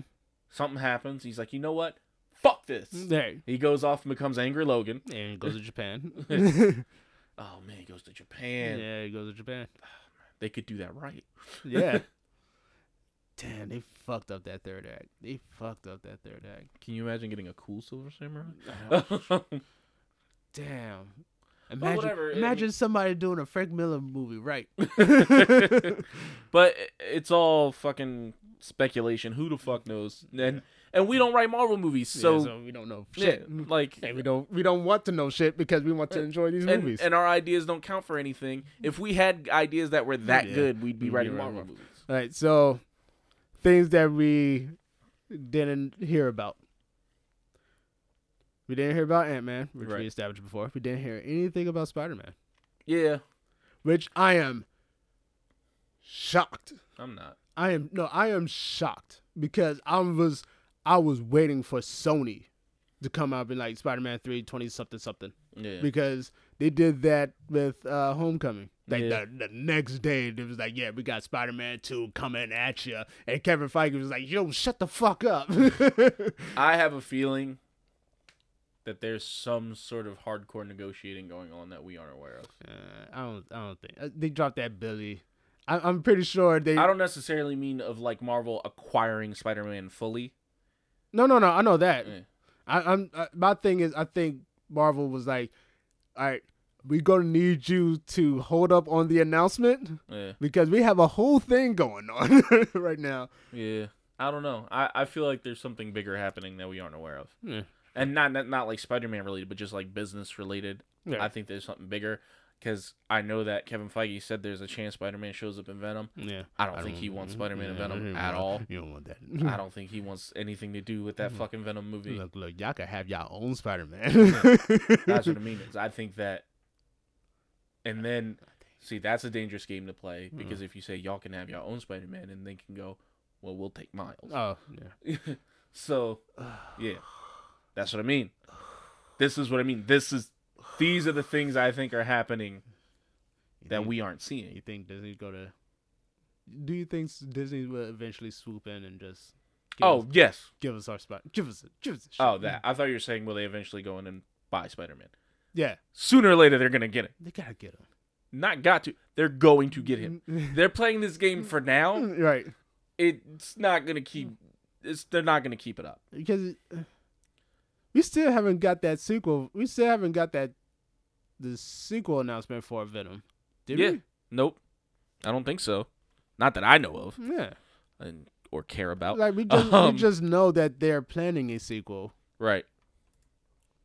B: Something happens, he's like, you know what? Fuck this.
C: Right.
B: He goes off and becomes angry Logan.
D: And it goes to Japan.
B: Oh man, he goes to Japan.
D: yeah, it goes to Japan.
B: They could do that right.
D: Yeah. Damn, they fucked up that third act. They fucked up that third act.
B: Can you imagine getting a cool Silver Samurai?
C: Uh-huh.
D: Damn. Imagine,
B: whatever, I mean-
D: imagine somebody doing a Frank Miller movie, right?
B: but i- it's all fucking speculation. Who the fuck knows? And and we don't write Marvel movies,
D: Yeah,
B: so,
D: we don't know.
B: yeah, like
C: Hey, we don't we don't want to know shit because we want to enjoy these
B: and,
C: movies.
B: and our ideas don't count for anything. If we had ideas that were that
D: Yeah.
B: good, we'd
D: We'd
B: be
D: be
B: writing
D: writing
B: Marvel
D: Marvel.
B: movies.
C: All right, so things that we didn't hear about. We didn't hear about Ant Man, which
B: Right.
C: we established before. We didn't hear anything about Spider Man,
B: Yeah,
C: which I am shocked.
B: I'm not.
C: I am no, I am shocked because I was I was waiting for Sony to come out and be like Spider Man 3, 20 something something.
B: Yeah,
C: Because they did that with uh Homecoming. Like
B: Yeah.
C: the, the next day it was like, Yeah, we got Spider Man two coming at you and Kevin Feige was like, Yo, shut the fuck up
B: I have a feeling that there's some sort of hardcore negotiating going on that we aren't aware of.
D: Uh, I don't. I don't think.
C: Uh, They dropped that Billy. I, I'm pretty sure they
B: I don't necessarily mean of like Marvel acquiring Spider-Man fully.
C: No, no, no. I know that.
B: Yeah.
C: I, I'm I, my thing is I think Marvel was like, all right, we're gonna need you to hold up on the announcement
B: Yeah.
C: because we have a whole thing going on right now.
B: Yeah. I don't know. I, I feel like there's something bigger happening that we aren't aware of.
D: Yeah.
B: And not, not not like Spider-Man related, but just like business related.
C: Yeah.
B: I think there's something bigger because I know that Kevin Feige said there's a chance Spider-Man shows up in Venom.
D: Yeah.
B: I don't, think he wants Spider-Man and
D: yeah,
B: Venom
D: you
B: at
D: don't-
B: all.
D: You don't want that.
B: I don't think he wants anything to do with that fucking Venom movie.
D: Look, look, y'all could have y'all own Spider Man.
B: That's what I mean. Is I think that, and then see that's a dangerous game to play because if you say y'all can have your own Spider-Man and they can go, well we'll take Miles.
D: oh, yeah.
B: so yeah that's what i mean this is what i mean this is these are the things i think are happening
D: You
B: that
D: think-
B: we aren't
D: You
B: seeing
D: think Disney's gonna?
C: Do you think
D: Disney will eventually swoop in and just. Give
B: oh
D: us,
B: yes
D: give us our spot. Give us, a, give us. A shot.
B: oh that i thought you were saying will they eventually go in and buy spider-man
C: yeah,
B: sooner or later they're gonna get it
D: they gotta get him.
B: not got to they're going to get him they're playing this game for now
C: right?
B: it's not gonna keep it's they're not gonna keep it up
C: Because uh, we still haven't got that sequel. We still haven't got that the sequel announcement for Venom. Did
B: yeah nope i don't think so not that i know of
C: we? Yeah.
B: and or care about
C: Like we just
B: Um,
C: we just know that they're planning a sequel.
B: right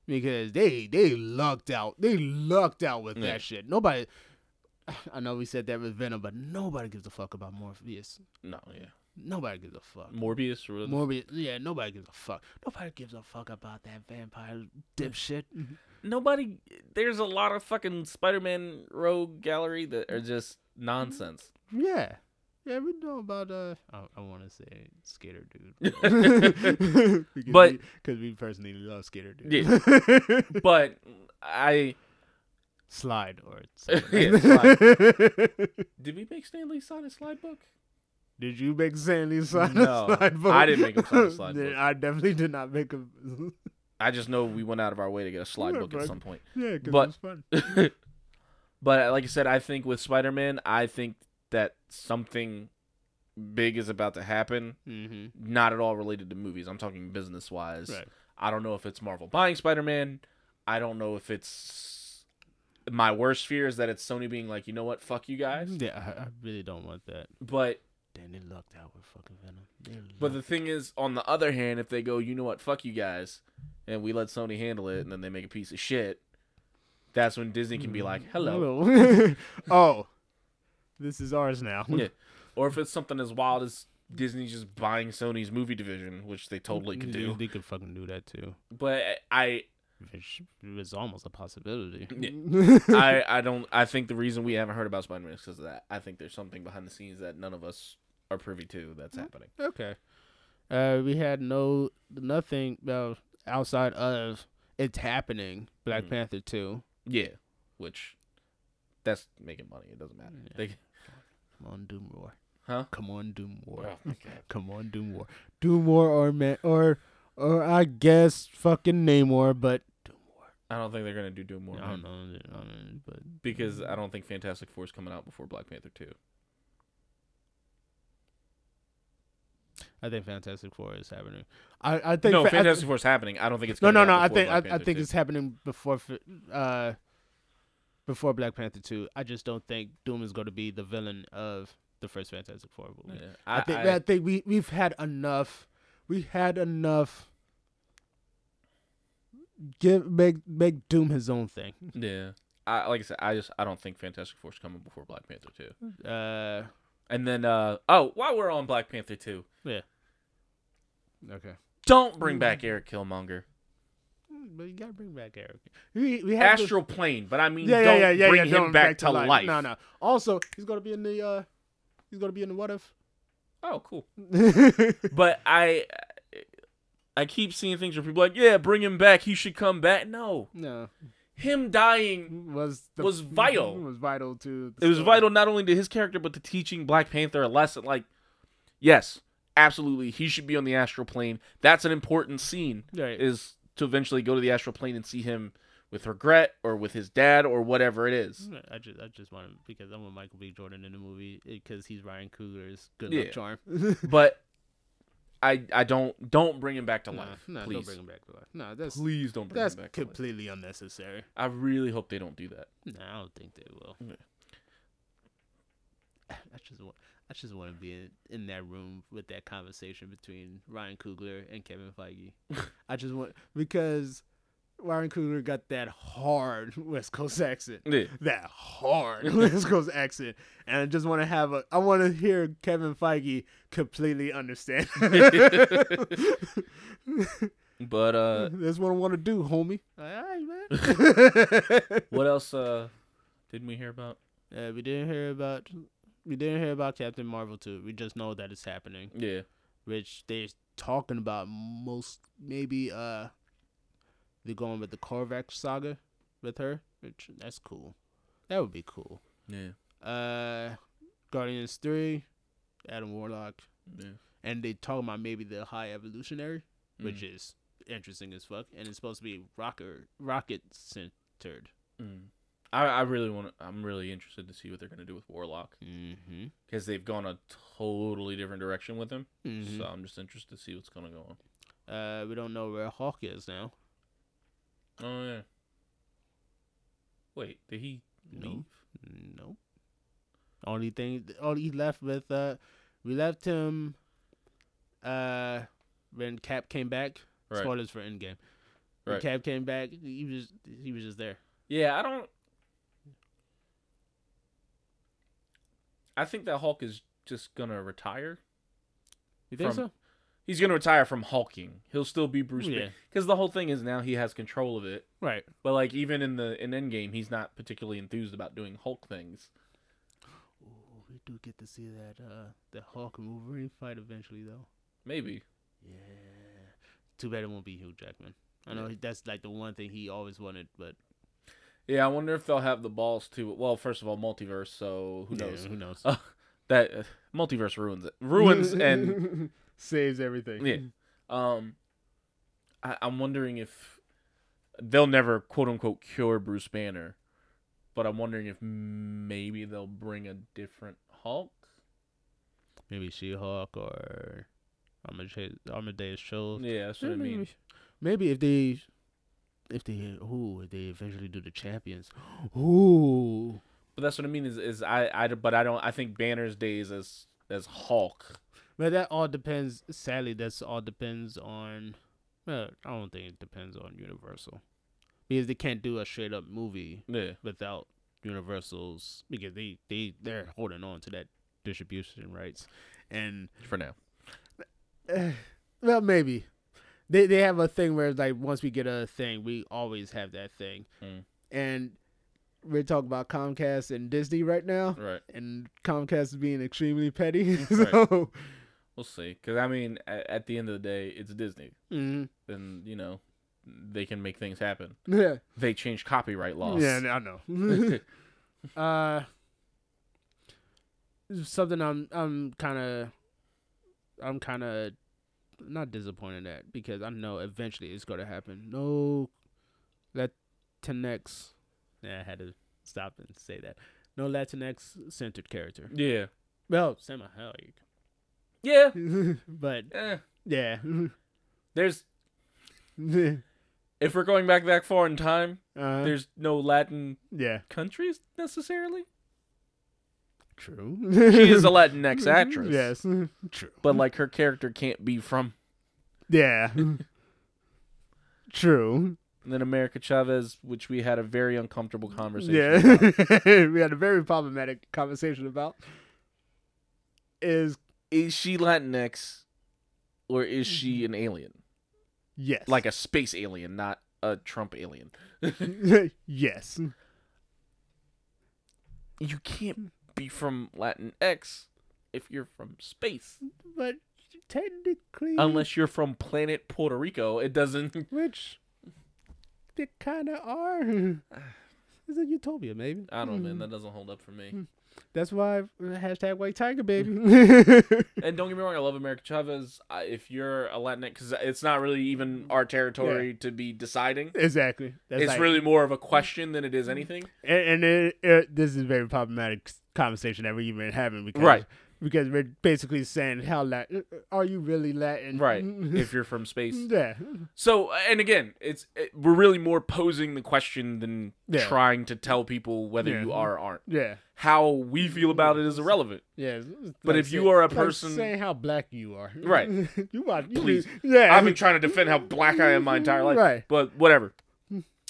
C: because they they lucked out. They lucked out with
B: Yeah.
C: that shit. Nobody. I know we said that with Venom, but nobody gives a fuck about Morpheus.
B: no yeah
C: Nobody gives a fuck.
B: morbius or
C: Morbius, yeah, nobody gives a fuck. Nobody gives a fuck about that vampire dipshit.
B: Mm-hmm. nobody there's a lot of fucking spider-man rogue gallery that are just nonsense
D: Mm-hmm.
C: Yeah, yeah, we know about uh.
D: I, I want to say Skater dude.
B: But-
C: because we personally love Skater dude,
B: Yeah. but i
D: Slide or
B: Yeah,
C: slide.
B: did we make stanley sign a slide book
C: Did you make Sandy sign
B: No,
C: a slide book?
B: I didn't make him sign a slide
C: Yeah,
B: book.
C: I definitely did not make him.
B: i just know we went out of our way to get a slide
C: Yeah,
B: book
C: bro.
B: at some point
C: yeah, because
B: But-
C: it's fun.
B: but like i said i think with spider-man i think that something big is about to happen
D: mm-hmm.
B: not at all related to movies i'm talking business wise
D: Right.
B: i don't know if it's marvel buying spider-man i don't know if it's my worst fear is that it's sony being like you know what fuck you guys
D: Yeah, I, I really don't want that.
B: but
D: Damn, they lucked out with fucking Venom. They
B: But the
D: lucked-
B: thing is, on the other hand, if they go, you know what, fuck you guys, and we let Sony handle it, and then they make a piece of shit. That's when Disney can be like, "Hello."
C: Hello. oh, this is ours now.
B: Yeah. Or if it's something as wild as Disney just buying Sony's movie division, which they totally could do.
C: They could fucking do that too.
B: But I,
C: Which is almost a possibility.
B: I, I don't. I think the reason we haven't heard about Spider Man is because of that. I think there's something behind the scenes that none of us are privy to that's happening.
C: Ah, Okay. Uh, we had no nothing uh, outside of it's happening. Black
B: Mhm.
C: Panther two.
B: Yeah. Which, that's making money. It doesn't matter.
C: Yeah.
B: They,
C: Come on, Doom War.
B: Huh?
C: Come on, Doom War.
B: Oh my God.
C: Come on, Doom War. Doom War or man or or I guess fucking Namor, but Doom War.
B: I don't think they're gonna do Doom more.
C: I don't know. I don't know but
B: because I don't think Fantastic Four is coming out before Black Panther two.
C: I think Fantastic Four is happening. I I think
B: no,
C: fa- I-
B: Fantastic Four is happening. I don't think it's
C: no,
B: coming
C: no, no.
B: Out
C: I
B: before
C: think I,
B: Black
C: I
B: Panther
C: think
B: 2.
C: it's happening before f- uh before Black Panther two. I just don't think Doom is going to be the villain of the first Fantastic Four movie.
B: Yeah.
C: I, think I, think we we've had enough. We had enough. Give make make Doom his own thing.
B: yeah. I, like I said, I just I don't think Fantastic Four is coming before Black Panther two.
C: Uh,
B: And then uh oh, while we're on Black Panther two,
C: okay.
B: don't bring back Eric Killmonger.
C: But you gotta bring back Eric. We we have to-
B: Astral plane, but I mean,
C: yeah, yeah,
B: don't
C: yeah, yeah,
B: bring
C: yeah,
B: him
C: don't
B: back, to life.
C: No, no. Also, he's gonna be in the uh, he's gonna be in the what if.
B: Oh, cool. But I, I keep seeing things where people are like, yeah, bring him back. He should come back. No,
C: no,
B: him dying
C: was the,
B: Was vital.
C: Was vital to. the
B: it was
C: story.
B: vital not only to his character but to teaching Black Panther a lesson. Like, yes, absolutely, he should be on the astral plane. That's an important scene.
C: Right.
B: Is to eventually go to the astral plane and see him with regret or with his dad or whatever it is.
C: I just, I just want him because I want Michael B. Jordan in the movie because he's Ryan Coogler's good
B: Yeah.
C: luck charm.
B: But I I don't don't bring him back to life.
C: no,
B: please.
C: don't bring him back to life. No, that's
B: Please don't bring
C: that's
B: him back to life.
C: completely unnecessary.
B: I really hope they don't do that.
C: No, I don't think they will.
B: Yeah.
C: I just want, I just want to be in, in that room with that conversation between Ryan Coogler and Kevin Feige. I just want because Ryan Coogler got that hard West Coast accent.
B: Yeah.
C: that hard West Coast accent, and I just want to have a. I want to hear Kevin Feige completely understand. That's
B: But uh
C: what I want to do, homie. All right, man.
B: what else uh didn't we hear about?
C: uh, we didn't hear about. We didn't hear about Captain Marvel too. We just know that it's happening,
B: Yeah.
C: which they're talking about most. Maybe uh, they're going with the Korvac saga with her, which that's cool. That would be cool.
B: Yeah.
C: uh Guardians three, Adam Warlock,
B: Yeah.
C: and they talk about maybe the High Evolutionary, which
B: Mm.
C: is interesting as fuck, and it's supposed to be rocker rocket centered.
B: Mm. I, I really want. to I'm really interested to see what they're gonna do with Warlock
C: Mm-hmm.
B: because they've gone a totally different direction with him. So
C: mm-hmm.
B: I'm just interested to see what's gonna go
C: Uh, we don't know where Hawk is now.
B: on. Oh yeah. Wait, did he
C: No.
B: leave?
C: Nope. Only thing, all he left with, uh, we left him, uh, when Cap came back.
B: Right.
C: Spoilers for Endgame. When
B: Right.
C: Cap came back, he was he was just there.
B: Yeah, I don't. I think that Hulk is just gonna retire.
C: You think
B: From-
C: so?
B: He's gonna retire from hulking. He'll still be Bruce.
C: Yeah.
B: Because the whole thing is now he has control of it.
C: Right.
B: But like even in the in Endgame, he's not particularly enthused about doing Hulk things.
C: Ooh, we do get to see that uh the Hulk and Wolverine fight eventually though.
B: Maybe.
C: Yeah. Too bad it won't be Hugh Jackman. I know he that's like the one thing he always wanted, but
B: Yeah, I wonder if they'll have the balls to. Well, first of all, multiverse. So who knows?
C: who knows?
B: Uh, that uh, multiverse ruins it. Ruins and
C: saves everything.
B: yeah. Um, I, I'm wondering if they'll never quote unquote cure Bruce Banner, but I'm wondering if maybe they'll bring a different Hulk.
C: Maybe She Hulk or Armade- Armadeus Schultz.
B: Yeah, that's what I mean.
C: Maybe if they if they ooh, if they eventually do the champions. Ooh.
B: But that's what I mean is is I I but I don't I think Banner's days as as Hulk
C: But that all depends. Sadly, that's all depends on. well, Uh, I don't think it depends on Universal because they can't do a straight up movie
B: Yeah.
C: without Universal's because they they they're holding on to that distribution rights and
B: For now.
C: well maybe they they have a thing where like once we get a thing we always have that thing
B: Mm.
C: and we're talking about Comcast and Disney right now
B: Right.
C: and Comcast is being extremely petty
B: Right.
C: so
B: We'll see. Because, I mean, at, at the end of the day, it's Disney.
C: mm,
B: Then, you know, they can make things happen.
C: yeah
B: They changed copyright laws.
C: Yeah, I know. uh, something I'm I'm kind of I'm kind of not disappointed at because I know eventually it's gonna happen. No, Latinx. Yeah, I had to stop and say that. No Latinx centered character.
B: Yeah.
C: Well, Sam hell,
B: Yeah.
C: but
B: Eh.
C: yeah,
B: There's,
C: uh,
B: if we're going back that far in time, there's no Latin
C: yeah,
B: countries necessarily.
C: true.
B: She is a Latinx actress.
C: Yes, true.
B: But, like, her character can't be from.
C: Yeah. True.
B: And then America Chavez, which we had a very uncomfortable conversation.
C: Yeah.
B: about.
C: we had a very problematic conversation about is
B: Is she Latinx or is
C: Mm-hmm.
B: she an alien?
C: yes.
B: Like a space alien, not a Trump alien.
C: a yes.
B: You can't be from Latinx if you're from space.
C: But technically
B: Unless you're from planet Puerto Rico, it doesn't.
C: which they kind of are. It's a utopia, maybe.
B: I don't know, man. That doesn't hold up for
C: Hmm.
B: me.
C: That's why hashtag white tiger, baby.
B: And don't get me wrong, I love America Chavez. I- If you're a Latinx, because it's not really even our territory to be deciding.
C: exactly.
B: It's
C: That's Hmm. like- Hmm.
B: really more of a question than it is anything.
C: and, and it, it, this is a very problematic s- conversation that we're even having because
B: Right.
C: because we're basically saying how Latin are you really Latin
B: Right.
C: Hmm.
B: if you're from space.
C: yeah
B: So, and again, it's it, we're really more posing the question than
C: Yeah.
B: trying to tell people whether
C: Yeah.
B: you are or aren't.
C: yeah
B: How we feel about it is irrelevant.
C: yeah. it's- it's
B: But
C: like
B: if you
C: say-
B: are a
C: like
B: person-
C: saying how black you are,
B: Right.
C: you are you
B: Please.
C: be- yeah.
B: I've been trying to defend how black I am my entire life,
C: Right.
B: but whatever.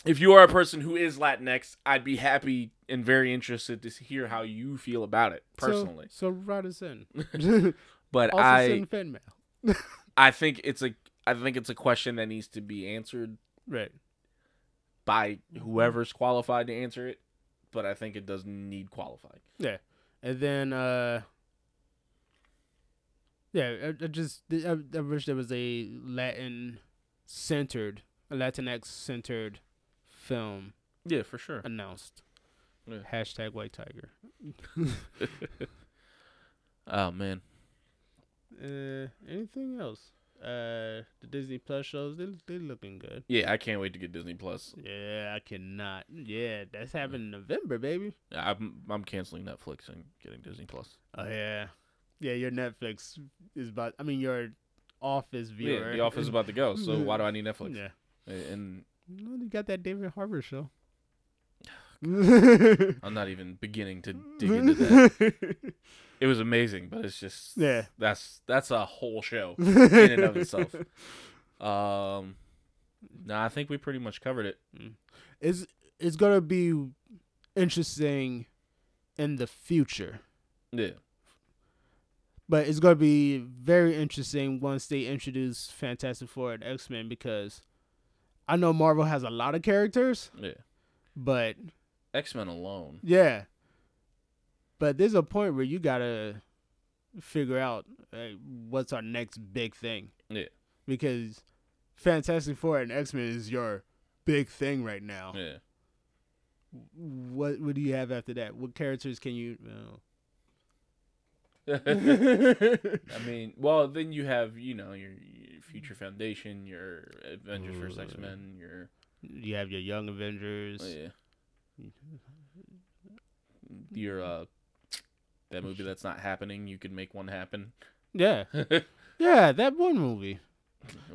B: If you are a person who is Latinx, I'd be happy and very interested to hear how you feel about it
C: So-
B: personally.
C: So, write us in.
B: but
C: Also
B: I,
C: send fan mail.
B: I think it's a, I think it's a question that needs to be answered
C: Right.
B: by whoever's qualified to answer it. But I think it does need qualifying.
C: Yeah, and then uh, yeah, I, I just I, I wish there was a Latin centered, a Latinx centered film
B: Yeah, for sure.
C: announced.
B: Yeah.
C: Hashtag White Tiger.
B: Oh man.
C: Uh, anything else? Uh, the Disney Plus shows they they looking good.
B: Yeah, I can't wait to get Disney Plus.
C: Yeah, I cannot. Yeah, that's happening in November, baby.
B: I'm I'm canceling Netflix and getting Disney Plus.
C: Oh yeah, yeah. Your Netflix is about. I mean, your Office viewer.
B: Yeah, The Office is about to go, so why do I need Netflix?
C: Yeah.
B: And
C: No, they got that David Harbour show.
B: I'm not even beginning to dig into that.
C: yeah.
B: It was amazing, but it's just that's that's a whole show in and of itself. Um, no, I think we pretty much covered it.
C: It's it's gonna be interesting in the future.
B: Yeah,
C: But it's gonna be very interesting once they introduce Fantastic Four and X Men because I know Marvel has a lot of characters,
B: yeah.
C: but
B: X Men alone.
C: yeah. But there's a point where you gotta figure out like, what's our next big thing.
B: Yeah,
C: because Fantastic Four and X Men is your big thing right now.
B: yeah.
C: What what do you have after that? What characters can you? Oh.
B: I mean, well, then you have you know your, your Future Foundation, your Avengers vs
C: Ooh.
B: X Men, your
C: You have your Young Avengers.
B: Oh, Yeah. Your uh that movie that's not happening, you could make one happen.
C: Yeah,
B: Was
C: yeah, that one movie.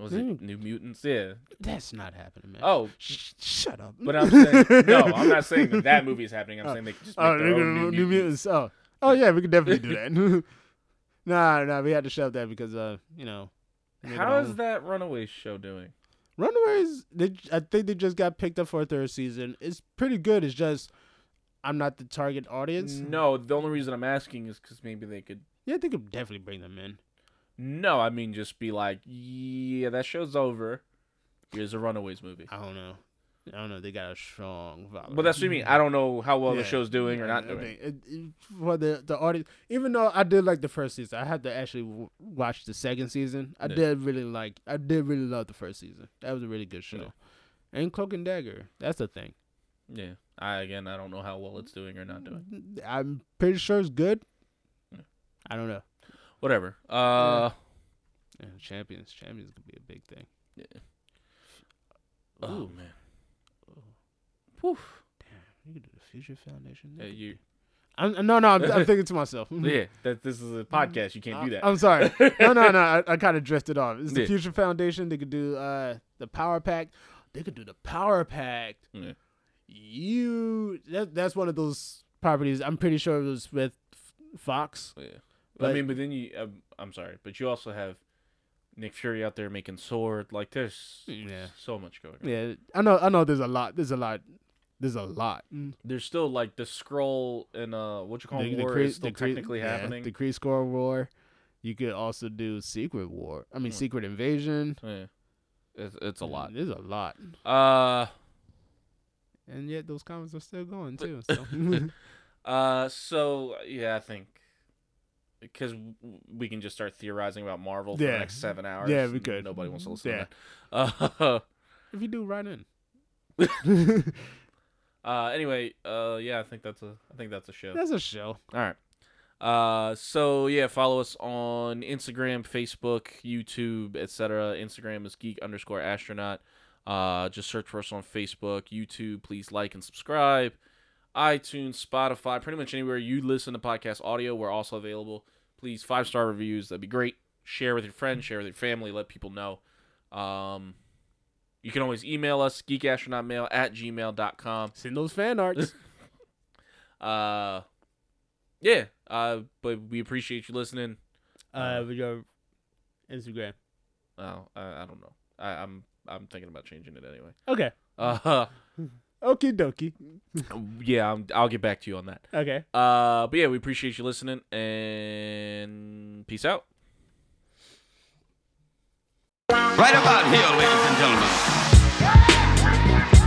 B: it New Mutants? Yeah.
C: That's not happening, man.
B: Oh,
C: Sh- shut up.
B: but I'm saying no, I'm not saying that that movie is happening. I'm saying they could just make
C: Oh,
B: their
C: New,
B: own
C: New,
B: Uh, New, Mutants.
C: Mutants. Oh, oh yeah, we could definitely do that. nah, nah, we had to shove that because uh, you know. make it
B: How
C: all-
B: is that Runaway show doing?
D: Runaways.
C: They, I think they just got picked up for a third season. It's pretty good. It's just I'm not the target audience.
B: No, the only reason I'm asking is because maybe they could.
D: Yeah, they could definitely bring them in.
B: No, I mean just be like, yeah, that show's over. Here's a Runaways movie.
D: I don't know. I don't know. They got a strong. Following.
B: But that's what I mean. I don't know how well the
C: Yeah.
B: show's doing or not
C: I mean,
B: doing.
C: it- it- for the the audience, even though I did like the first season, I had to actually w- watch the second season. I
B: Yeah.
C: did really like. I did really love the first season. That was a really good show.
B: Yeah.
C: And Cloak and Dagger, that's the thing.
B: Yeah. I again, I don't know how well it's doing or not doing.
C: I'm pretty sure it's good.
B: Yeah.
C: I don't know.
B: Whatever. Uh,
D: Yeah, champions. Champions could be a big thing.
B: oh
D: Ooh.
B: man.
D: Poof. Damn, you could do the Future Foundation.
B: Yeah,
D: They could
B: you.
C: I'm, no, no, I'm, I'm thinking to myself.
B: Yeah, that this is a podcast. You can't do that.
C: I, am Uh, sorry. No, no, no. I, I kind of drifted off. It's the
B: Yeah.
C: Future Foundation. They could do uh, the Power Pack. They could do the Power Pack.
B: Yeah.
C: You that that's one of those properties. I'm pretty sure it was with F- Fox.
B: I
C: But-
B: mean, but then you. Um, I'm sorry, but you also have Nick Fury out there making sword. Like there's
D: Yeah.
B: so much going on.
C: Yeah, I know. I know. There's a lot. There's a lot. There's a lot. Mm.
B: There's still like the scroll and uh, what you call
C: The- the
B: war
C: Kree-
B: is still
C: the Kree-
B: technically
C: yeah,
B: happening.
C: The Kree Score War. You could also do Secret War. I mean, Secret Invasion.
B: Yeah. It's, it's Mm. a lot.
C: There's a lot.
B: Uh,
C: And yet those comments are still going too. So.
B: uh. So yeah, I think because we can just start theorizing about Marvel for the
C: Yeah.
B: next seven hours.
C: Yeah, we
B: and
C: could.
B: Nobody wants to listen
C: Yeah.
B: to that. Uh,
C: If you do, right in.
B: uh. Anyway. Uh. Yeah. I think that's a. I think that's a show.
C: That's a show.
B: All right. Uh, so yeah, follow us on Instagram, Facebook, YouTube, etc. Instagram is geek underscore astronaut. Uh, just search for us on Facebook, YouTube. Please like and subscribe. iTunes, Spotify, pretty much anywhere you listen to podcast audio, we're also available. Please five star reviews. That'd be great. Share with your friends, share with your family. Let people know. Um, you can always email us geekastronautmail at gmail.com.
C: Send those fan arts.
B: Uh, yeah. Uh, but we appreciate you listening.
D: do. Uh, with your Instagram.
B: Oh, I, I don't know. I, I'm I'm thinking about changing it anyway.
D: Okay.
B: Uh,
C: Okie dokie.
B: yeah. I'm, I'll get back to you on that.
D: Okay.
B: Uh, but yeah, we appreciate you listening and peace out.
A: Right about here, ladies and gentlemen.